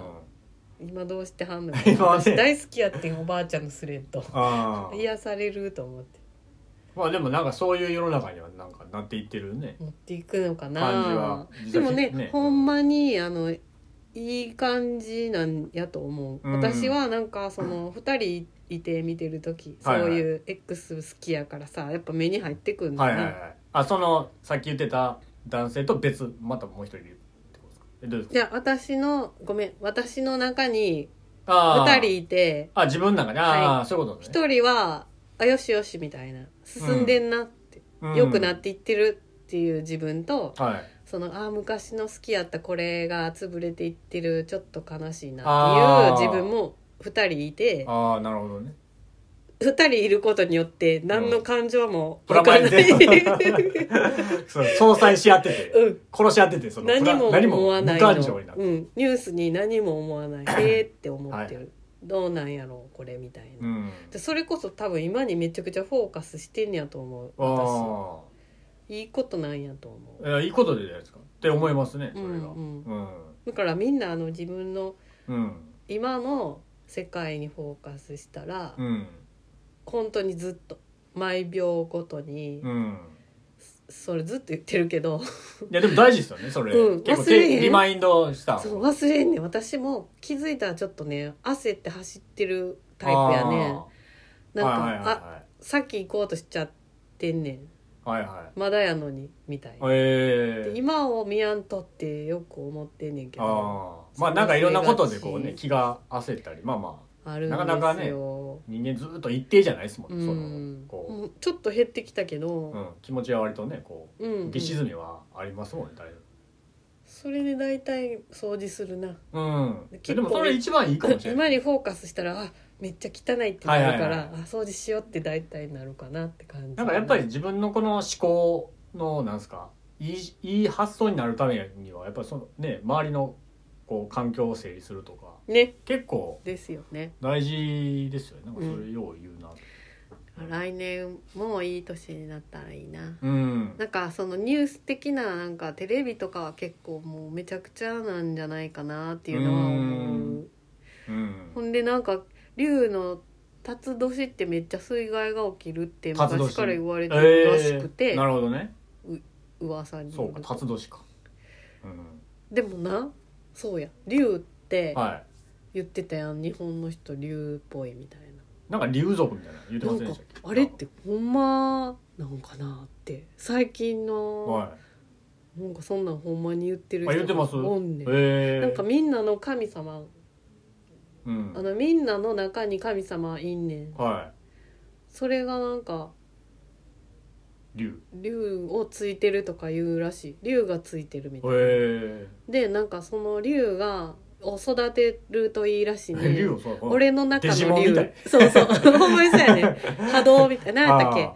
[SPEAKER 1] 今どうしてはんの
[SPEAKER 2] 今はね
[SPEAKER 1] 私大好きやってんおばあちゃんのスレッド
[SPEAKER 2] あー
[SPEAKER 1] 癒されると思って
[SPEAKER 2] まあでもなんかそういう世の中にはなんかなっていってるね
[SPEAKER 1] 持っていくのか
[SPEAKER 2] 感じは
[SPEAKER 1] なで
[SPEAKER 2] 実際
[SPEAKER 1] もね
[SPEAKER 2] ね
[SPEAKER 1] ほんまにあのいい感じなんやと思う、
[SPEAKER 2] うん
[SPEAKER 1] 私はなんかその2人いて見てる時、
[SPEAKER 2] はいはい
[SPEAKER 1] そういう X 好きやからさやっぱ目に入ってくるんだ
[SPEAKER 2] は
[SPEAKER 1] よ
[SPEAKER 2] い
[SPEAKER 1] ね、
[SPEAKER 2] はいはいあそのさっき言ってた男性と別またもう一人いるってことですかえどうです
[SPEAKER 1] じ
[SPEAKER 2] か
[SPEAKER 1] ゃあ私のごめん私の中に
[SPEAKER 2] あー
[SPEAKER 1] 2人いて
[SPEAKER 2] あ自分の中でああ、
[SPEAKER 1] は
[SPEAKER 2] そういうことね
[SPEAKER 1] 1人はあよしよしみたいな進んでんなって、
[SPEAKER 2] 人
[SPEAKER 1] 良くなっていってるっていう自分と
[SPEAKER 2] はい
[SPEAKER 1] そのあー昔の好きやったこれが潰れていってるちょっと悲しいな
[SPEAKER 2] あ
[SPEAKER 1] っ
[SPEAKER 2] ー
[SPEAKER 1] ていう自分も2人いて
[SPEAKER 2] ああなるほどね
[SPEAKER 1] 2人いることによって何の感情も
[SPEAKER 2] プラ
[SPEAKER 1] わ
[SPEAKER 2] マ
[SPEAKER 1] か
[SPEAKER 2] イ
[SPEAKER 1] んな
[SPEAKER 2] ゼ
[SPEAKER 1] い、
[SPEAKER 2] ロ そう相殺し合ってて、
[SPEAKER 1] うん
[SPEAKER 2] 殺し合っててそのプ
[SPEAKER 1] 何
[SPEAKER 2] ラ
[SPEAKER 1] も
[SPEAKER 2] 何
[SPEAKER 1] 思わない
[SPEAKER 2] 無
[SPEAKER 1] の
[SPEAKER 2] 感情になって
[SPEAKER 1] う
[SPEAKER 2] る
[SPEAKER 1] ん、ニュースに何も思わないへえって思ってる、どうなんやろうこれみたいな。
[SPEAKER 2] うん、
[SPEAKER 1] でそれこそ多分今にめちゃくちゃフォーカスしてんやと思う私
[SPEAKER 2] あ
[SPEAKER 1] いいことなんやと思う
[SPEAKER 2] あいいことでじゃないですかって思いますねそれ
[SPEAKER 1] う
[SPEAKER 2] がうんん
[SPEAKER 1] う
[SPEAKER 2] うん、
[SPEAKER 1] だからみんなあの自分の今の世界にフォーカスしたら、
[SPEAKER 2] うん
[SPEAKER 1] 本当にずっと毎秒ごとに、
[SPEAKER 2] うん
[SPEAKER 1] それずっと言ってるけど、
[SPEAKER 2] いやでも大事ですよねそれ、
[SPEAKER 1] うん
[SPEAKER 2] 結
[SPEAKER 1] 忘
[SPEAKER 2] 構
[SPEAKER 1] れへん
[SPEAKER 2] リマインドし た
[SPEAKER 1] そう忘れんねん私も気づいたらちょっとね焦って走ってるタイプやね
[SPEAKER 2] あー
[SPEAKER 1] なんか、
[SPEAKER 2] はいはい
[SPEAKER 1] あ
[SPEAKER 2] は
[SPEAKER 1] さっき行こうとしちゃってんねん
[SPEAKER 2] いはいは、
[SPEAKER 1] まだやのにみたいない
[SPEAKER 2] え
[SPEAKER 1] で
[SPEAKER 2] え
[SPEAKER 1] 今を見やんとってよく思ってんねんけど
[SPEAKER 2] ああまあなんかいろんなことでこうね
[SPEAKER 1] そう
[SPEAKER 2] 気が焦ったりまあまあ
[SPEAKER 1] あるんですよ
[SPEAKER 2] なかなかね人間ずっと一定じゃないですもん
[SPEAKER 1] う
[SPEAKER 2] ね、その
[SPEAKER 1] ん
[SPEAKER 2] こう、
[SPEAKER 1] うんちょっと減ってきたけ
[SPEAKER 2] う
[SPEAKER 1] ど、
[SPEAKER 2] ん、気持ちは割とねこ
[SPEAKER 1] うんう
[SPEAKER 2] うん浮き沈みはありますもんね大丈
[SPEAKER 1] それで大体掃除するな
[SPEAKER 2] 夫うん
[SPEAKER 1] で
[SPEAKER 2] でもそれ一番いいかもしれな
[SPEAKER 1] 今
[SPEAKER 2] い
[SPEAKER 1] にフォーカスしたらあめっちゃ汚いってなるから、
[SPEAKER 2] はいはいは
[SPEAKER 1] あ掃除しようって大体なるかなって感じ
[SPEAKER 2] なんかやっぱり自分のこの思考のなんすかいいいい発想になるためにはやっぱりそのね周りのこう環境を整理するとか
[SPEAKER 1] ね
[SPEAKER 2] 結構
[SPEAKER 1] ですよね
[SPEAKER 2] 大事ですよねなんかそれよう言うな
[SPEAKER 1] 来年もいい年になったらいいな
[SPEAKER 2] うん、
[SPEAKER 1] なんかそのニュース的ななんかテレビとかは結構もうめちゃくちゃなんじゃないかなっていうのは思
[SPEAKER 2] う
[SPEAKER 1] う
[SPEAKER 2] うん
[SPEAKER 1] ほんでなんか龍の辰年ってめっちゃ水害が起きるって
[SPEAKER 2] 辰
[SPEAKER 1] 昔
[SPEAKER 2] 年
[SPEAKER 1] から言われて
[SPEAKER 2] え
[SPEAKER 1] るらしくて、
[SPEAKER 2] ーなるほどね
[SPEAKER 1] 噂によ
[SPEAKER 2] そう
[SPEAKER 1] ると
[SPEAKER 2] か辰年か、うん、
[SPEAKER 1] でもなそうや龍って
[SPEAKER 2] はい
[SPEAKER 1] 言ってたやん日本の人竜っぽいみたい
[SPEAKER 2] なんか竜族みたいなの言って
[SPEAKER 1] な
[SPEAKER 2] ま
[SPEAKER 1] な
[SPEAKER 2] せ
[SPEAKER 1] ん
[SPEAKER 2] んで
[SPEAKER 1] か
[SPEAKER 2] したっけ
[SPEAKER 1] あれってほんまなんかなって最近の
[SPEAKER 2] は
[SPEAKER 1] なんかそんなんほんまに言ってる
[SPEAKER 2] あ言ってます
[SPEAKER 1] おん
[SPEAKER 2] い
[SPEAKER 1] ねん
[SPEAKER 2] えー、
[SPEAKER 1] なんかみんなの神様
[SPEAKER 2] うん
[SPEAKER 1] あのみんなの中に神様いんねん
[SPEAKER 2] は
[SPEAKER 1] それがなんか
[SPEAKER 2] い竜
[SPEAKER 1] 竜をついてるとか言うらしい竜がついてるみ
[SPEAKER 2] へ
[SPEAKER 1] たいな、
[SPEAKER 2] え
[SPEAKER 1] でなんかその竜がを育てるといいらしいね
[SPEAKER 2] 竜をそう
[SPEAKER 1] 俺の中
[SPEAKER 2] デジモ
[SPEAKER 1] の
[SPEAKER 2] ンみた
[SPEAKER 1] 竜
[SPEAKER 2] い
[SPEAKER 1] そうそう ほんまにそうやね波動みたいな何やったっけ
[SPEAKER 2] あー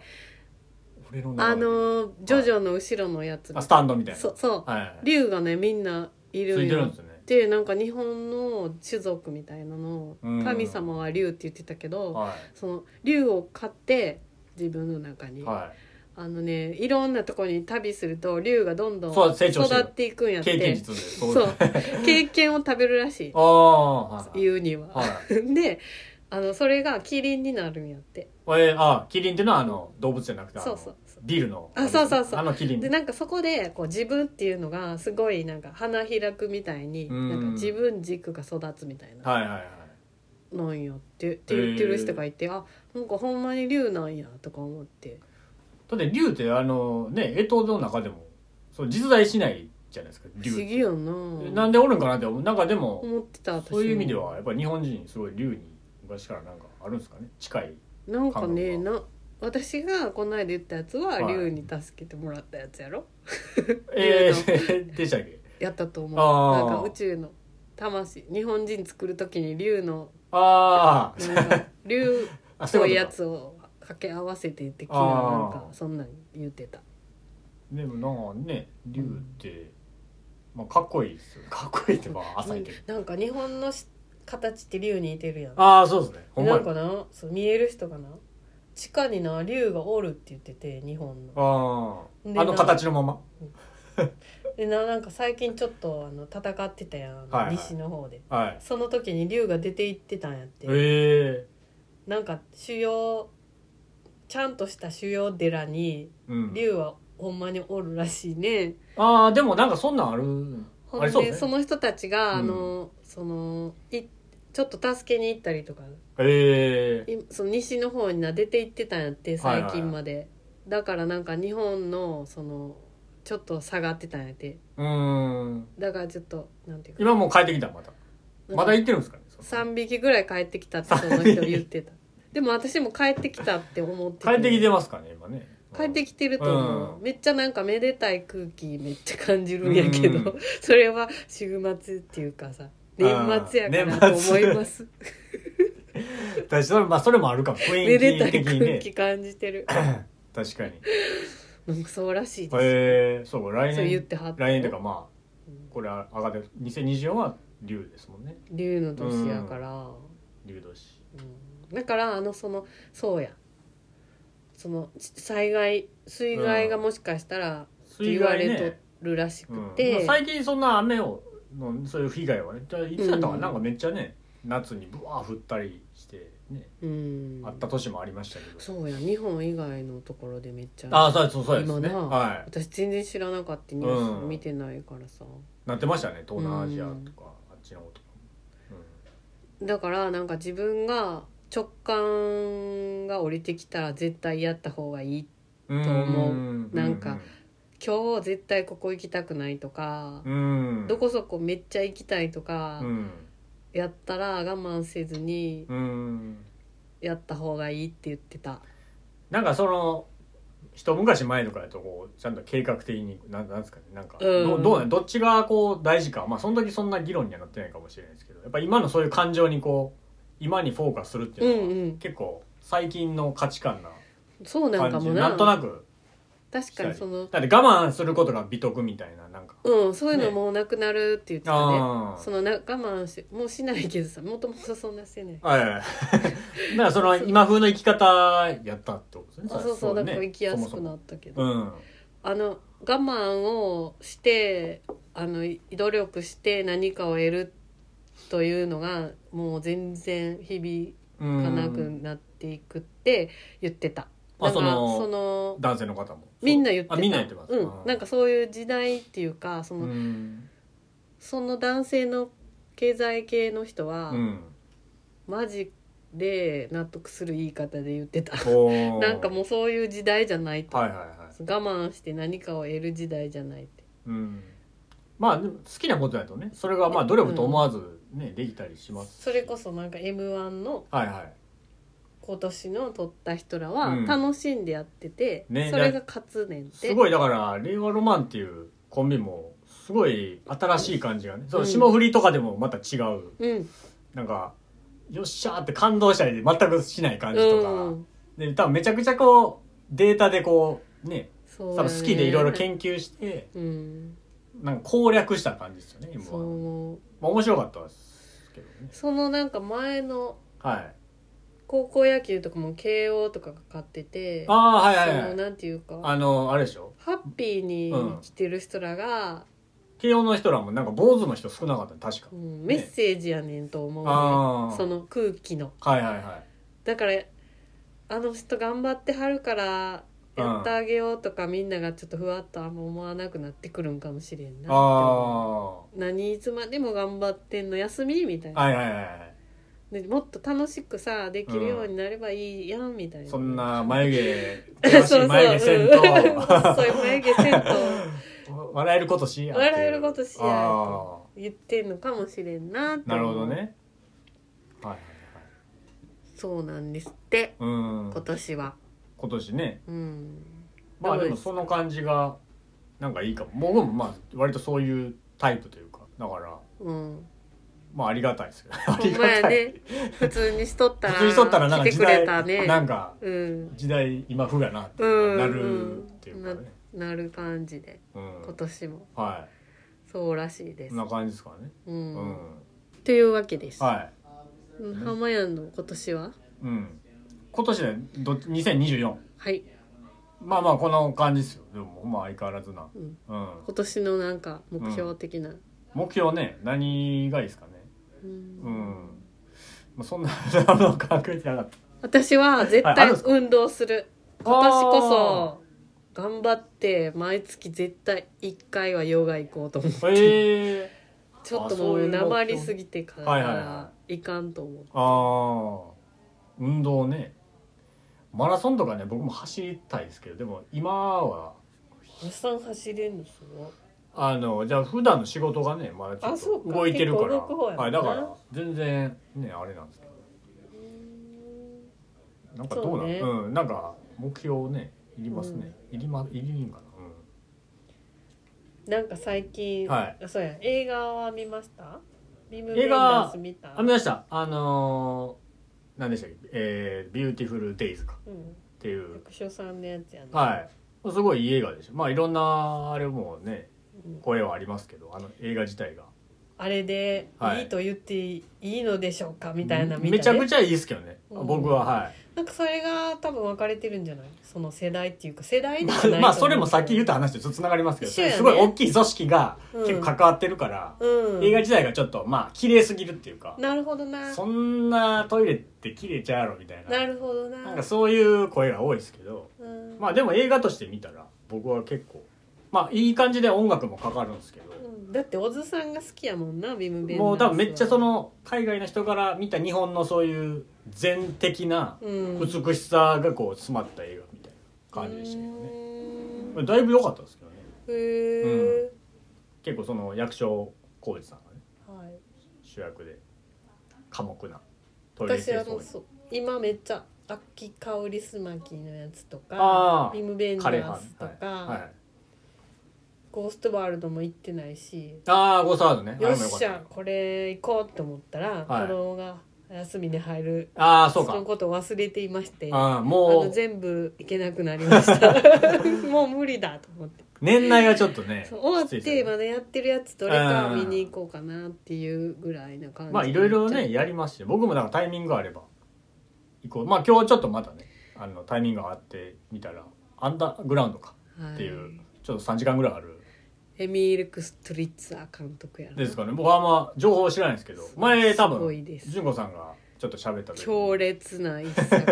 [SPEAKER 2] 俺の中
[SPEAKER 1] あのージョジョの後ろのやつ
[SPEAKER 2] あスタンドみたいな
[SPEAKER 1] そうそう
[SPEAKER 2] はい
[SPEAKER 1] 竜がねみんない
[SPEAKER 2] つ
[SPEAKER 1] る
[SPEAKER 2] いてるん
[SPEAKER 1] よ
[SPEAKER 2] ですよね
[SPEAKER 1] でなんか日本の種族みたいなの
[SPEAKER 2] うん
[SPEAKER 1] 神様は竜って言ってたけど、
[SPEAKER 2] は
[SPEAKER 1] その竜を飼って自分の中に、
[SPEAKER 2] いは
[SPEAKER 1] あのねいろんなところに旅すると竜がどんどん
[SPEAKER 2] そう
[SPEAKER 1] 育
[SPEAKER 2] 成長してる
[SPEAKER 1] っていくんや
[SPEAKER 2] い
[SPEAKER 1] って
[SPEAKER 2] 経験実でそう
[SPEAKER 1] そう経験を食べるらし
[SPEAKER 2] ああはい
[SPEAKER 1] い
[SPEAKER 2] はい
[SPEAKER 1] 言うには、
[SPEAKER 2] は
[SPEAKER 1] であのそれがキリンになるんやって
[SPEAKER 2] えー、あキリンっていうのはあの動物じゃなくてあ
[SPEAKER 1] そ
[SPEAKER 2] の
[SPEAKER 1] うそうそう
[SPEAKER 2] ビールの
[SPEAKER 1] あそうそうそう
[SPEAKER 2] あのキリン
[SPEAKER 1] でなんかそこでこう自分っていうのがすごいなんか花開くみたいに
[SPEAKER 2] うん
[SPEAKER 1] なんか自分軸が育つみたいな
[SPEAKER 2] はいはいはい
[SPEAKER 1] なんやってって言ってる人がいて、あなんかほんまに竜なんやとか思って
[SPEAKER 2] だって竜ってあのね江東の中でもそう実在しないじゃないですか
[SPEAKER 1] 不
[SPEAKER 2] 竜っ
[SPEAKER 1] 思
[SPEAKER 2] て
[SPEAKER 1] 議よ
[SPEAKER 2] な
[SPEAKER 1] なん
[SPEAKER 2] でおるんかなって思うなんかでも
[SPEAKER 1] 思ってた私も
[SPEAKER 2] そういう意味ではやっぱり日本人すごい竜に昔からなんかあるんですかね近い
[SPEAKER 1] なんかね
[SPEAKER 2] 感
[SPEAKER 1] な私がこの間言ったやつは
[SPEAKER 2] はい
[SPEAKER 1] 龍に助けてもらったやつやろ
[SPEAKER 2] えー、 でしたっけ
[SPEAKER 1] やったと思う
[SPEAKER 2] あ
[SPEAKER 1] な
[SPEAKER 2] ー
[SPEAKER 1] んか宇宙の魂日本人作る時に龍の
[SPEAKER 2] あー
[SPEAKER 1] なん か龍っ
[SPEAKER 2] あそう
[SPEAKER 1] ぽ
[SPEAKER 2] い
[SPEAKER 1] いうや
[SPEAKER 2] ことか
[SPEAKER 1] つを掛け合わせて的なな
[SPEAKER 2] あ
[SPEAKER 1] ん
[SPEAKER 2] ー
[SPEAKER 1] かそんなん言ってた
[SPEAKER 2] でもなんかね竜って、まあ、かっこいいですよかっこいいってまあ浅いけど、
[SPEAKER 1] なんか日本のし形って龍に似てるやん
[SPEAKER 2] ああそうですねほんま
[SPEAKER 1] なん
[SPEAKER 2] に
[SPEAKER 1] かなそう見える人がな地下にな龍がおるって言ってて日本の
[SPEAKER 2] あー
[SPEAKER 1] で
[SPEAKER 2] あの形のまま
[SPEAKER 1] でななんか最近ちょっとあの戦ってたやん、
[SPEAKER 2] はいはい
[SPEAKER 1] 西の方で
[SPEAKER 2] はい
[SPEAKER 1] その時に龍が出て行ってたんやって、
[SPEAKER 2] え
[SPEAKER 1] なんか主要ちゃんとした主要寺に
[SPEAKER 2] えうん
[SPEAKER 1] 龍はほんまにおるらしいね、
[SPEAKER 2] ああでもなんかそんなんある
[SPEAKER 1] ほんで
[SPEAKER 2] あり
[SPEAKER 1] そ,、
[SPEAKER 2] そうですね
[SPEAKER 1] の人たちが、
[SPEAKER 2] うん
[SPEAKER 1] あのそのいちょっと助けに行ったりとか
[SPEAKER 2] ええ
[SPEAKER 1] いその西の方にな出て行ってたんやって最近まで、だからなんか日本のそのちょっと下がってたんやって
[SPEAKER 2] うーん
[SPEAKER 1] だからちょっとなんていうか
[SPEAKER 2] 今もう帰ってきたまたまだ行ってるんですかね
[SPEAKER 1] 3匹ぐらい帰ってきたってその人言ってたでも私も帰ってきたって思って
[SPEAKER 2] 帰ってきてますかね今ね
[SPEAKER 1] 帰ってきてると思う、
[SPEAKER 2] うん
[SPEAKER 1] めっちゃなんかめでたい空気めっちゃ感じるんやけど、
[SPEAKER 2] うん
[SPEAKER 1] それは週末っていうかさ年末やからと思います
[SPEAKER 2] 私それまあそれもあるかも雰
[SPEAKER 1] め
[SPEAKER 2] 囲
[SPEAKER 1] でた
[SPEAKER 2] 気
[SPEAKER 1] い
[SPEAKER 2] 的に
[SPEAKER 1] 空
[SPEAKER 2] ね
[SPEAKER 1] 気感じ てる
[SPEAKER 2] 確かにへ
[SPEAKER 1] なんかそうらしいです、
[SPEAKER 2] えそう来
[SPEAKER 1] そう言っ
[SPEAKER 2] 年
[SPEAKER 1] てはった
[SPEAKER 2] 来年とかまあ
[SPEAKER 1] うん
[SPEAKER 2] これ上がってる2024は竜ですもんね
[SPEAKER 1] 竜の年やから、
[SPEAKER 2] 竜年
[SPEAKER 1] うんだからあのそのそうやそのち災害水害がもしかしたらって言われとるらしく
[SPEAKER 2] うん
[SPEAKER 1] て、
[SPEAKER 2] まあ最近そんな雨をのそういう被害はねじゃあいつだったか
[SPEAKER 1] う
[SPEAKER 2] なんなんかめっちゃね夏にぶわー降ったりしてね
[SPEAKER 1] うん
[SPEAKER 2] あった年もありましたけど
[SPEAKER 1] そうや日本以外のところでめっちゃ
[SPEAKER 2] ああそうそうそうですね
[SPEAKER 1] 今な
[SPEAKER 2] は
[SPEAKER 1] 私全然知らなかったニュース見てないからさ、
[SPEAKER 2] いなってましたね東南アジアとかあっちの方とかも
[SPEAKER 1] だからなんか自分が直感が降りてきたら絶対やった方がいい
[SPEAKER 2] うん
[SPEAKER 1] と思う
[SPEAKER 2] うん
[SPEAKER 1] なんか今日絶対ここ行きたくないとか、
[SPEAKER 2] うん
[SPEAKER 1] どこそこめっちゃ行きたいとか、
[SPEAKER 2] うん
[SPEAKER 1] やったら我慢せずに
[SPEAKER 2] うん
[SPEAKER 1] やった方がいいって言ってた
[SPEAKER 2] なんかその一昔前とかだとこうちゃんと計画的になんなんですかねなんか、
[SPEAKER 1] うん
[SPEAKER 2] どどうなんどっちがこう大事かまあその時そんな議論にはなってないかもしれないですけどやっぱ今のそういう感情にこう今にフォーカスするって
[SPEAKER 1] う
[SPEAKER 2] いうのは、
[SPEAKER 1] んうん
[SPEAKER 2] 結構最近の価値観な
[SPEAKER 1] そうなんか
[SPEAKER 2] 感じ
[SPEAKER 1] も
[SPEAKER 2] な
[SPEAKER 1] なん
[SPEAKER 2] となく
[SPEAKER 1] 確かにその
[SPEAKER 2] だって我慢することが美徳みたいななんか、
[SPEAKER 1] うんそういうのもうなくなるって言ってたね
[SPEAKER 2] あ
[SPEAKER 1] そのな我慢しもうしないけどさもともとそんなしてない
[SPEAKER 2] あはい だからその今風の生き方やったってことです
[SPEAKER 1] あ
[SPEAKER 2] ね
[SPEAKER 1] そうそうだか
[SPEAKER 2] ね
[SPEAKER 1] ら行きやす
[SPEAKER 2] そ
[SPEAKER 1] く
[SPEAKER 2] も
[SPEAKER 1] なったけど
[SPEAKER 2] そもうん
[SPEAKER 1] あの我慢をしてあのい努力して何かを得るというのがもう全然響
[SPEAKER 2] うん
[SPEAKER 1] かなくなっていくって言ってた、
[SPEAKER 2] うん
[SPEAKER 1] なんか
[SPEAKER 2] あその
[SPEAKER 1] その
[SPEAKER 2] 男性の方も
[SPEAKER 1] みんな言ってた
[SPEAKER 2] あみんな言ってます、
[SPEAKER 1] うん、なんかそういう時代っていうかその、
[SPEAKER 2] うん
[SPEAKER 1] その男性の経済系の人は、
[SPEAKER 2] うん
[SPEAKER 1] マジで納得する言い方で言ってた
[SPEAKER 2] お ー
[SPEAKER 1] なんかもうそういう時代じゃないと、
[SPEAKER 2] はいはいはい
[SPEAKER 1] 我慢して何かを得る時代じゃないって
[SPEAKER 2] うんまあでも好きなことだとねそれがまあ努力と思わずねできたりします
[SPEAKER 1] それこそなんか m 1の
[SPEAKER 2] はいはい
[SPEAKER 1] 今年の取った人らは
[SPEAKER 2] うん
[SPEAKER 1] 楽しんでやってて、
[SPEAKER 2] ね
[SPEAKER 1] それが勝つねんって
[SPEAKER 2] すごいだから令和ロマンっていうコンビもすごい新しい感じがねその霜降りとかでもまた違う
[SPEAKER 1] うん
[SPEAKER 2] なんかよっしゃーって感動したり全くしない感じとか、
[SPEAKER 1] うん
[SPEAKER 2] で多分めちゃくちゃこうデータでこうね
[SPEAKER 1] そうだ
[SPEAKER 2] 多分
[SPEAKER 1] ね
[SPEAKER 2] 好きでいろいろ研究して
[SPEAKER 1] うん
[SPEAKER 2] なんか攻略した感じですよね今
[SPEAKER 1] そう
[SPEAKER 2] は、ま
[SPEAKER 1] 思う
[SPEAKER 2] あ、面白かったですけどね
[SPEAKER 1] そのなんか前の
[SPEAKER 2] はい
[SPEAKER 1] 高校野球とかも慶応とかが勝ってて
[SPEAKER 2] ああはいはい
[SPEAKER 1] その
[SPEAKER 2] はい
[SPEAKER 1] なんていうか
[SPEAKER 2] あのあれでしょ
[SPEAKER 1] ハッピーに生きてる人らが、
[SPEAKER 2] 慶応の人らもなんか坊主の人少なかったね確か
[SPEAKER 1] うんメッセージやねんと思う、
[SPEAKER 2] あ
[SPEAKER 1] ね、
[SPEAKER 2] ー
[SPEAKER 1] その空気の
[SPEAKER 2] はいはいはい
[SPEAKER 1] だからあの人頑張ってはるからやってあげようとか、みんながちょっとふわっとあんま思わなくなってくるんかもしれんなって思う
[SPEAKER 2] あ
[SPEAKER 1] 何いつまでも頑張ってんの休みみたい
[SPEAKER 2] あ
[SPEAKER 1] な、
[SPEAKER 2] はいはいはいはい
[SPEAKER 1] でもっと楽しくさできるようになればいいやんみたいな、
[SPEAKER 2] そんな眉毛
[SPEAKER 1] そうそう
[SPEAKER 2] 険しい眉毛せん
[SPEAKER 1] うん
[SPEAKER 2] と
[SPEAKER 1] そういう眉毛せんと
[SPEAKER 2] 笑えることしやっていう
[SPEAKER 1] 笑えることしや
[SPEAKER 2] あ
[SPEAKER 1] 言ってんのかもしれんなって
[SPEAKER 2] あなるほどねはいはいはい
[SPEAKER 1] そうなんですって
[SPEAKER 2] うん
[SPEAKER 1] 今年は
[SPEAKER 2] 今年ね
[SPEAKER 1] うん
[SPEAKER 2] まあ
[SPEAKER 1] どう
[SPEAKER 2] で
[SPEAKER 1] で
[SPEAKER 2] も
[SPEAKER 1] す
[SPEAKER 2] その感じがなんかいいかも僕もまあ割とそういうタイプというかだから
[SPEAKER 1] うん
[SPEAKER 2] まあありがたいですよあ
[SPEAKER 1] ほ
[SPEAKER 2] り
[SPEAKER 1] ん
[SPEAKER 2] が
[SPEAKER 1] まや
[SPEAKER 2] たい、
[SPEAKER 1] ね普通にしとったら
[SPEAKER 2] 普通にしとったらなんか
[SPEAKER 1] 来てく
[SPEAKER 2] 時
[SPEAKER 1] れ
[SPEAKER 2] 代
[SPEAKER 1] たね
[SPEAKER 2] なんか
[SPEAKER 1] うん
[SPEAKER 2] 時代今風やなって
[SPEAKER 1] うん
[SPEAKER 2] なるっていうかね
[SPEAKER 1] なる感じで
[SPEAKER 2] うん
[SPEAKER 1] 今年も
[SPEAKER 2] は
[SPEAKER 1] そうらしいで
[SPEAKER 2] い
[SPEAKER 1] す
[SPEAKER 2] そんな感じですかね
[SPEAKER 1] う、
[SPEAKER 2] うんん
[SPEAKER 1] というわけです、
[SPEAKER 2] はい
[SPEAKER 1] うん浜屋の今年は
[SPEAKER 2] うん今年でど2024
[SPEAKER 1] はい、
[SPEAKER 2] まあまあこの感じですよでもまあ相変わらずな
[SPEAKER 1] うん、
[SPEAKER 2] うん
[SPEAKER 1] 今年のなんか目標的な、
[SPEAKER 2] 目標ね何がいいですかね
[SPEAKER 1] う
[SPEAKER 2] うんんまあそんな あの考えてなかった
[SPEAKER 1] 私は絶
[SPEAKER 2] はいあ
[SPEAKER 1] 対
[SPEAKER 2] るんですか
[SPEAKER 1] 運動する今年こそ頑張って毎月絶対1回はヨガ行こうと思う
[SPEAKER 2] そええ
[SPEAKER 1] ちょっと
[SPEAKER 2] あそ
[SPEAKER 1] も
[SPEAKER 2] ういうう目標
[SPEAKER 1] なまりすぎてか
[SPEAKER 2] はいはいは
[SPEAKER 1] らいかんと思う
[SPEAKER 2] ああ運動ねマラソンとかね僕も走りたいですけどでも今は
[SPEAKER 1] おっさん走れんのすご
[SPEAKER 2] あのじゃあ普段の仕事がねまだちょ
[SPEAKER 1] あそ
[SPEAKER 2] っ
[SPEAKER 1] う
[SPEAKER 2] と
[SPEAKER 1] か
[SPEAKER 2] 動いてるから
[SPEAKER 1] 結構動く方やもんな
[SPEAKER 2] はいだから全然ねあれなんですけどなんかどうなん
[SPEAKER 1] そう
[SPEAKER 2] う,、
[SPEAKER 1] ね
[SPEAKER 2] んなんか目標ねいりますね、いりまいりんかな、
[SPEAKER 1] なんか最近、
[SPEAKER 2] はい
[SPEAKER 1] あそうや映画は見ましたビム・ベ
[SPEAKER 2] 映
[SPEAKER 1] ン
[SPEAKER 2] 画
[SPEAKER 1] ダース見た
[SPEAKER 2] うん、あ見ましたあのー、何でしたっけえー「ビューティフル・デイズ」か
[SPEAKER 1] うん
[SPEAKER 2] っていう
[SPEAKER 1] 役所さんのやつやね、
[SPEAKER 2] はいすごいいい映画でしょまあいろんなあれもね
[SPEAKER 1] うん
[SPEAKER 2] 声はありますけどあの映画自体が
[SPEAKER 1] あれで
[SPEAKER 2] はい
[SPEAKER 1] いいと言っていいのでしょうかみたいな
[SPEAKER 2] めちゃく
[SPEAKER 1] ち
[SPEAKER 2] ちゃいいですけどね、
[SPEAKER 1] うん
[SPEAKER 2] 僕ははい
[SPEAKER 1] ゃなんかそれが多分分かれてるんじゃないその世代っていうか世代ではないと思
[SPEAKER 2] ま
[SPEAKER 1] う
[SPEAKER 2] あまあそれもさっき言った話とちょっとつながりますけど、
[SPEAKER 1] 一緒やね
[SPEAKER 2] すごい大きい組織が
[SPEAKER 1] うん
[SPEAKER 2] 結構関わってるから、
[SPEAKER 1] うん
[SPEAKER 2] 映画自体がちょっとまあ綺麗すぎるっていうか、
[SPEAKER 1] なるほどな
[SPEAKER 2] そんなトイレって綺麗ちゃうやろみたいな
[SPEAKER 1] なるほどな
[SPEAKER 2] なんかそういう声が多いですけど
[SPEAKER 1] うん
[SPEAKER 2] まあでも映画として見たら僕は結構まあいい感じで音楽もかかるんですけ
[SPEAKER 1] う
[SPEAKER 2] ど、
[SPEAKER 1] んだって小津さんが好きやもんなビムベンダースは
[SPEAKER 2] もう多分めっちゃその海外の人から見た日本のそういう全的な
[SPEAKER 1] うん
[SPEAKER 2] 美しさがこう詰まった映画みたいな感じでしたけどね、
[SPEAKER 1] ね
[SPEAKER 2] だいぶ良かったですけどね
[SPEAKER 1] へえ、
[SPEAKER 2] 結構その役所広司さんがね
[SPEAKER 1] はい、
[SPEAKER 2] 主役で寡黙なトイレ
[SPEAKER 1] 私
[SPEAKER 2] 清
[SPEAKER 1] は
[SPEAKER 2] 掃員
[SPEAKER 1] そう今めっちゃ秋香りすまきのやつと
[SPEAKER 2] あ
[SPEAKER 1] か
[SPEAKER 2] ー
[SPEAKER 1] ビムベンダ
[SPEAKER 2] 彼
[SPEAKER 1] ー
[SPEAKER 2] 派
[SPEAKER 1] スとか、
[SPEAKER 2] はいはい、
[SPEAKER 1] ゴーストワールドも行ってないし
[SPEAKER 2] ああゴーサードねあ
[SPEAKER 1] よ
[SPEAKER 2] れ
[SPEAKER 1] っ
[SPEAKER 2] も良か
[SPEAKER 1] しゃ
[SPEAKER 2] た
[SPEAKER 1] これ行こうと思ったら、
[SPEAKER 2] はい
[SPEAKER 1] 子供が休みに入る
[SPEAKER 2] ああそう
[SPEAKER 1] の
[SPEAKER 2] か
[SPEAKER 1] ことを忘れていましてあ
[SPEAKER 2] ああ
[SPEAKER 1] の
[SPEAKER 2] もう
[SPEAKER 1] 全部行けなくなりました もう無理だと思って
[SPEAKER 2] 年内がちょっとね
[SPEAKER 1] そう終わっ
[SPEAKER 2] きつい
[SPEAKER 1] て
[SPEAKER 2] ですね
[SPEAKER 1] まだやってるやつどれか
[SPEAKER 2] うん
[SPEAKER 1] 見に行こうかなっていうぐらいな感じ
[SPEAKER 2] まあいろいろねやりますし僕もだからタイミングがあれば行こうまあ今日ちょっとまたねあのタイミングがあってみたらアンダーグラウンドか
[SPEAKER 1] はい
[SPEAKER 2] っていう、ちょっと3時間ぐらいある
[SPEAKER 1] エミール・クストリッツァー監督やな
[SPEAKER 2] ですかね僕はあんま情報知らないんですけど前多
[SPEAKER 1] すご
[SPEAKER 2] 分
[SPEAKER 1] いです
[SPEAKER 2] 純子さんがちょっと喋った時に
[SPEAKER 1] 強烈な一作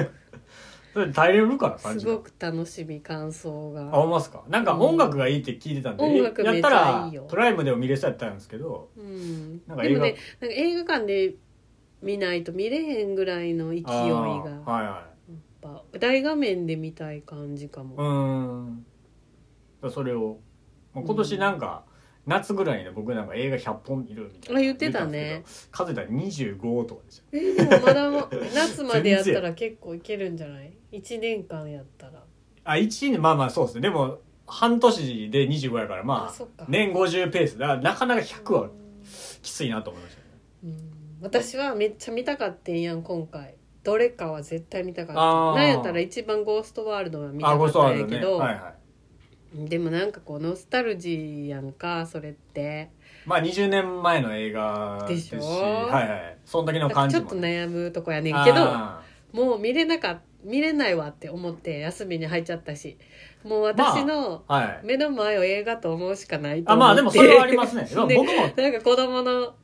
[SPEAKER 2] そそれ耐えれるから
[SPEAKER 1] す
[SPEAKER 2] 30
[SPEAKER 1] ごく楽しみ感想
[SPEAKER 2] あ
[SPEAKER 1] が
[SPEAKER 2] 思いますかなんか音楽がいいって聞いてたんで、
[SPEAKER 1] うん
[SPEAKER 2] え
[SPEAKER 1] 音楽
[SPEAKER 2] や
[SPEAKER 1] め
[SPEAKER 2] っ
[SPEAKER 1] ったちゃ
[SPEAKER 2] ら
[SPEAKER 1] いいよ
[SPEAKER 2] プライムでも見れそうやったんですけど
[SPEAKER 1] うん
[SPEAKER 2] なんか
[SPEAKER 1] で
[SPEAKER 2] 映
[SPEAKER 1] も
[SPEAKER 2] 画
[SPEAKER 1] ねなんか映画館で見ないと見れへんぐらいの勢いが
[SPEAKER 2] あー
[SPEAKER 1] やっ
[SPEAKER 2] はいはい
[SPEAKER 1] ぱ大画面で見たい感じかも、
[SPEAKER 2] うーんそれをまあ今年なんか、夏ぐらいに僕なんか映画100本見るみたいな
[SPEAKER 1] あ言ってたね
[SPEAKER 2] 言ったんですけど数えたら25とかでした
[SPEAKER 1] えーでもまだ ま夏までやったら結構いけるんじゃない1年間やったら
[SPEAKER 2] あ1年まあまあそうですねでも半年で25やから
[SPEAKER 1] あ
[SPEAKER 2] まあ
[SPEAKER 1] そっか
[SPEAKER 2] 年50ペースだからなかなか100
[SPEAKER 1] う
[SPEAKER 2] は
[SPEAKER 1] ん
[SPEAKER 2] きついなと思いましたね
[SPEAKER 1] うん私はめっちゃ見たかってんやん今回どれかは絶対見たかっ
[SPEAKER 2] あー
[SPEAKER 1] たなんやったら一番ゴーストワールドは見た
[SPEAKER 2] あ
[SPEAKER 1] か
[SPEAKER 2] ご
[SPEAKER 1] っ
[SPEAKER 2] そう
[SPEAKER 1] た
[SPEAKER 2] あ
[SPEAKER 1] ん
[SPEAKER 2] る
[SPEAKER 1] や
[SPEAKER 2] ね
[SPEAKER 1] けど、
[SPEAKER 2] はいはい
[SPEAKER 1] でもなんかこうノスタルジーやんかそれって
[SPEAKER 2] まあ20年前の映画
[SPEAKER 1] でしょ
[SPEAKER 2] はいはいそんだけの
[SPEAKER 1] だから
[SPEAKER 2] 感
[SPEAKER 1] ち
[SPEAKER 2] じ
[SPEAKER 1] ょっ
[SPEAKER 2] も
[SPEAKER 1] と悩むとこやねんけど
[SPEAKER 2] あ
[SPEAKER 1] もう見れなかっ見れないわって思って休みに入っちゃったしもう私の
[SPEAKER 2] ーはい
[SPEAKER 1] 目の前を映画と思うしかないと
[SPEAKER 2] あ
[SPEAKER 1] 思って
[SPEAKER 2] まあでもそれはあ りますねでも
[SPEAKER 1] で
[SPEAKER 2] 僕もはい
[SPEAKER 1] なんか子供の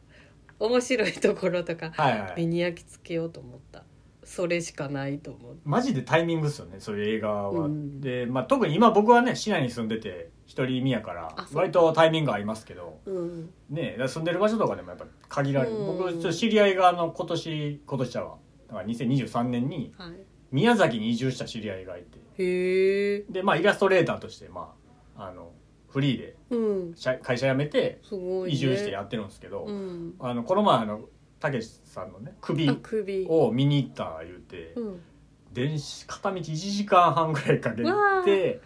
[SPEAKER 1] 面白いところとか
[SPEAKER 2] は
[SPEAKER 1] 目
[SPEAKER 2] い
[SPEAKER 1] に焼き付けようと思ったそれしかないと思って
[SPEAKER 2] マジでタイミングっすよねそういう映画は、
[SPEAKER 1] うん
[SPEAKER 2] で、まあ、特に今僕はね市内に住んでて一人身やから
[SPEAKER 1] あそう
[SPEAKER 2] 割とタイミングありますけど
[SPEAKER 1] うん
[SPEAKER 2] ねだから住んでる場所とかでもやっぱ限られる
[SPEAKER 1] うん
[SPEAKER 2] 僕ちょっと知り合いがあの今年今年ちゃうわだから2023年に
[SPEAKER 1] は
[SPEAKER 2] 宮崎に移住した知り合いがいて
[SPEAKER 1] い、へえ
[SPEAKER 2] でまあイラストレーターとしてまああのフリーで
[SPEAKER 1] うん
[SPEAKER 2] 社会社辞めて
[SPEAKER 1] すごい、ね、
[SPEAKER 2] 移住してやってるんですけど、
[SPEAKER 1] うん
[SPEAKER 2] あのこの前あのたけしさんのね首
[SPEAKER 1] あ首
[SPEAKER 2] を見に行った言うて、
[SPEAKER 1] うん
[SPEAKER 2] 電子片道1時間半ぐらいかけ
[SPEAKER 1] わ
[SPEAKER 2] て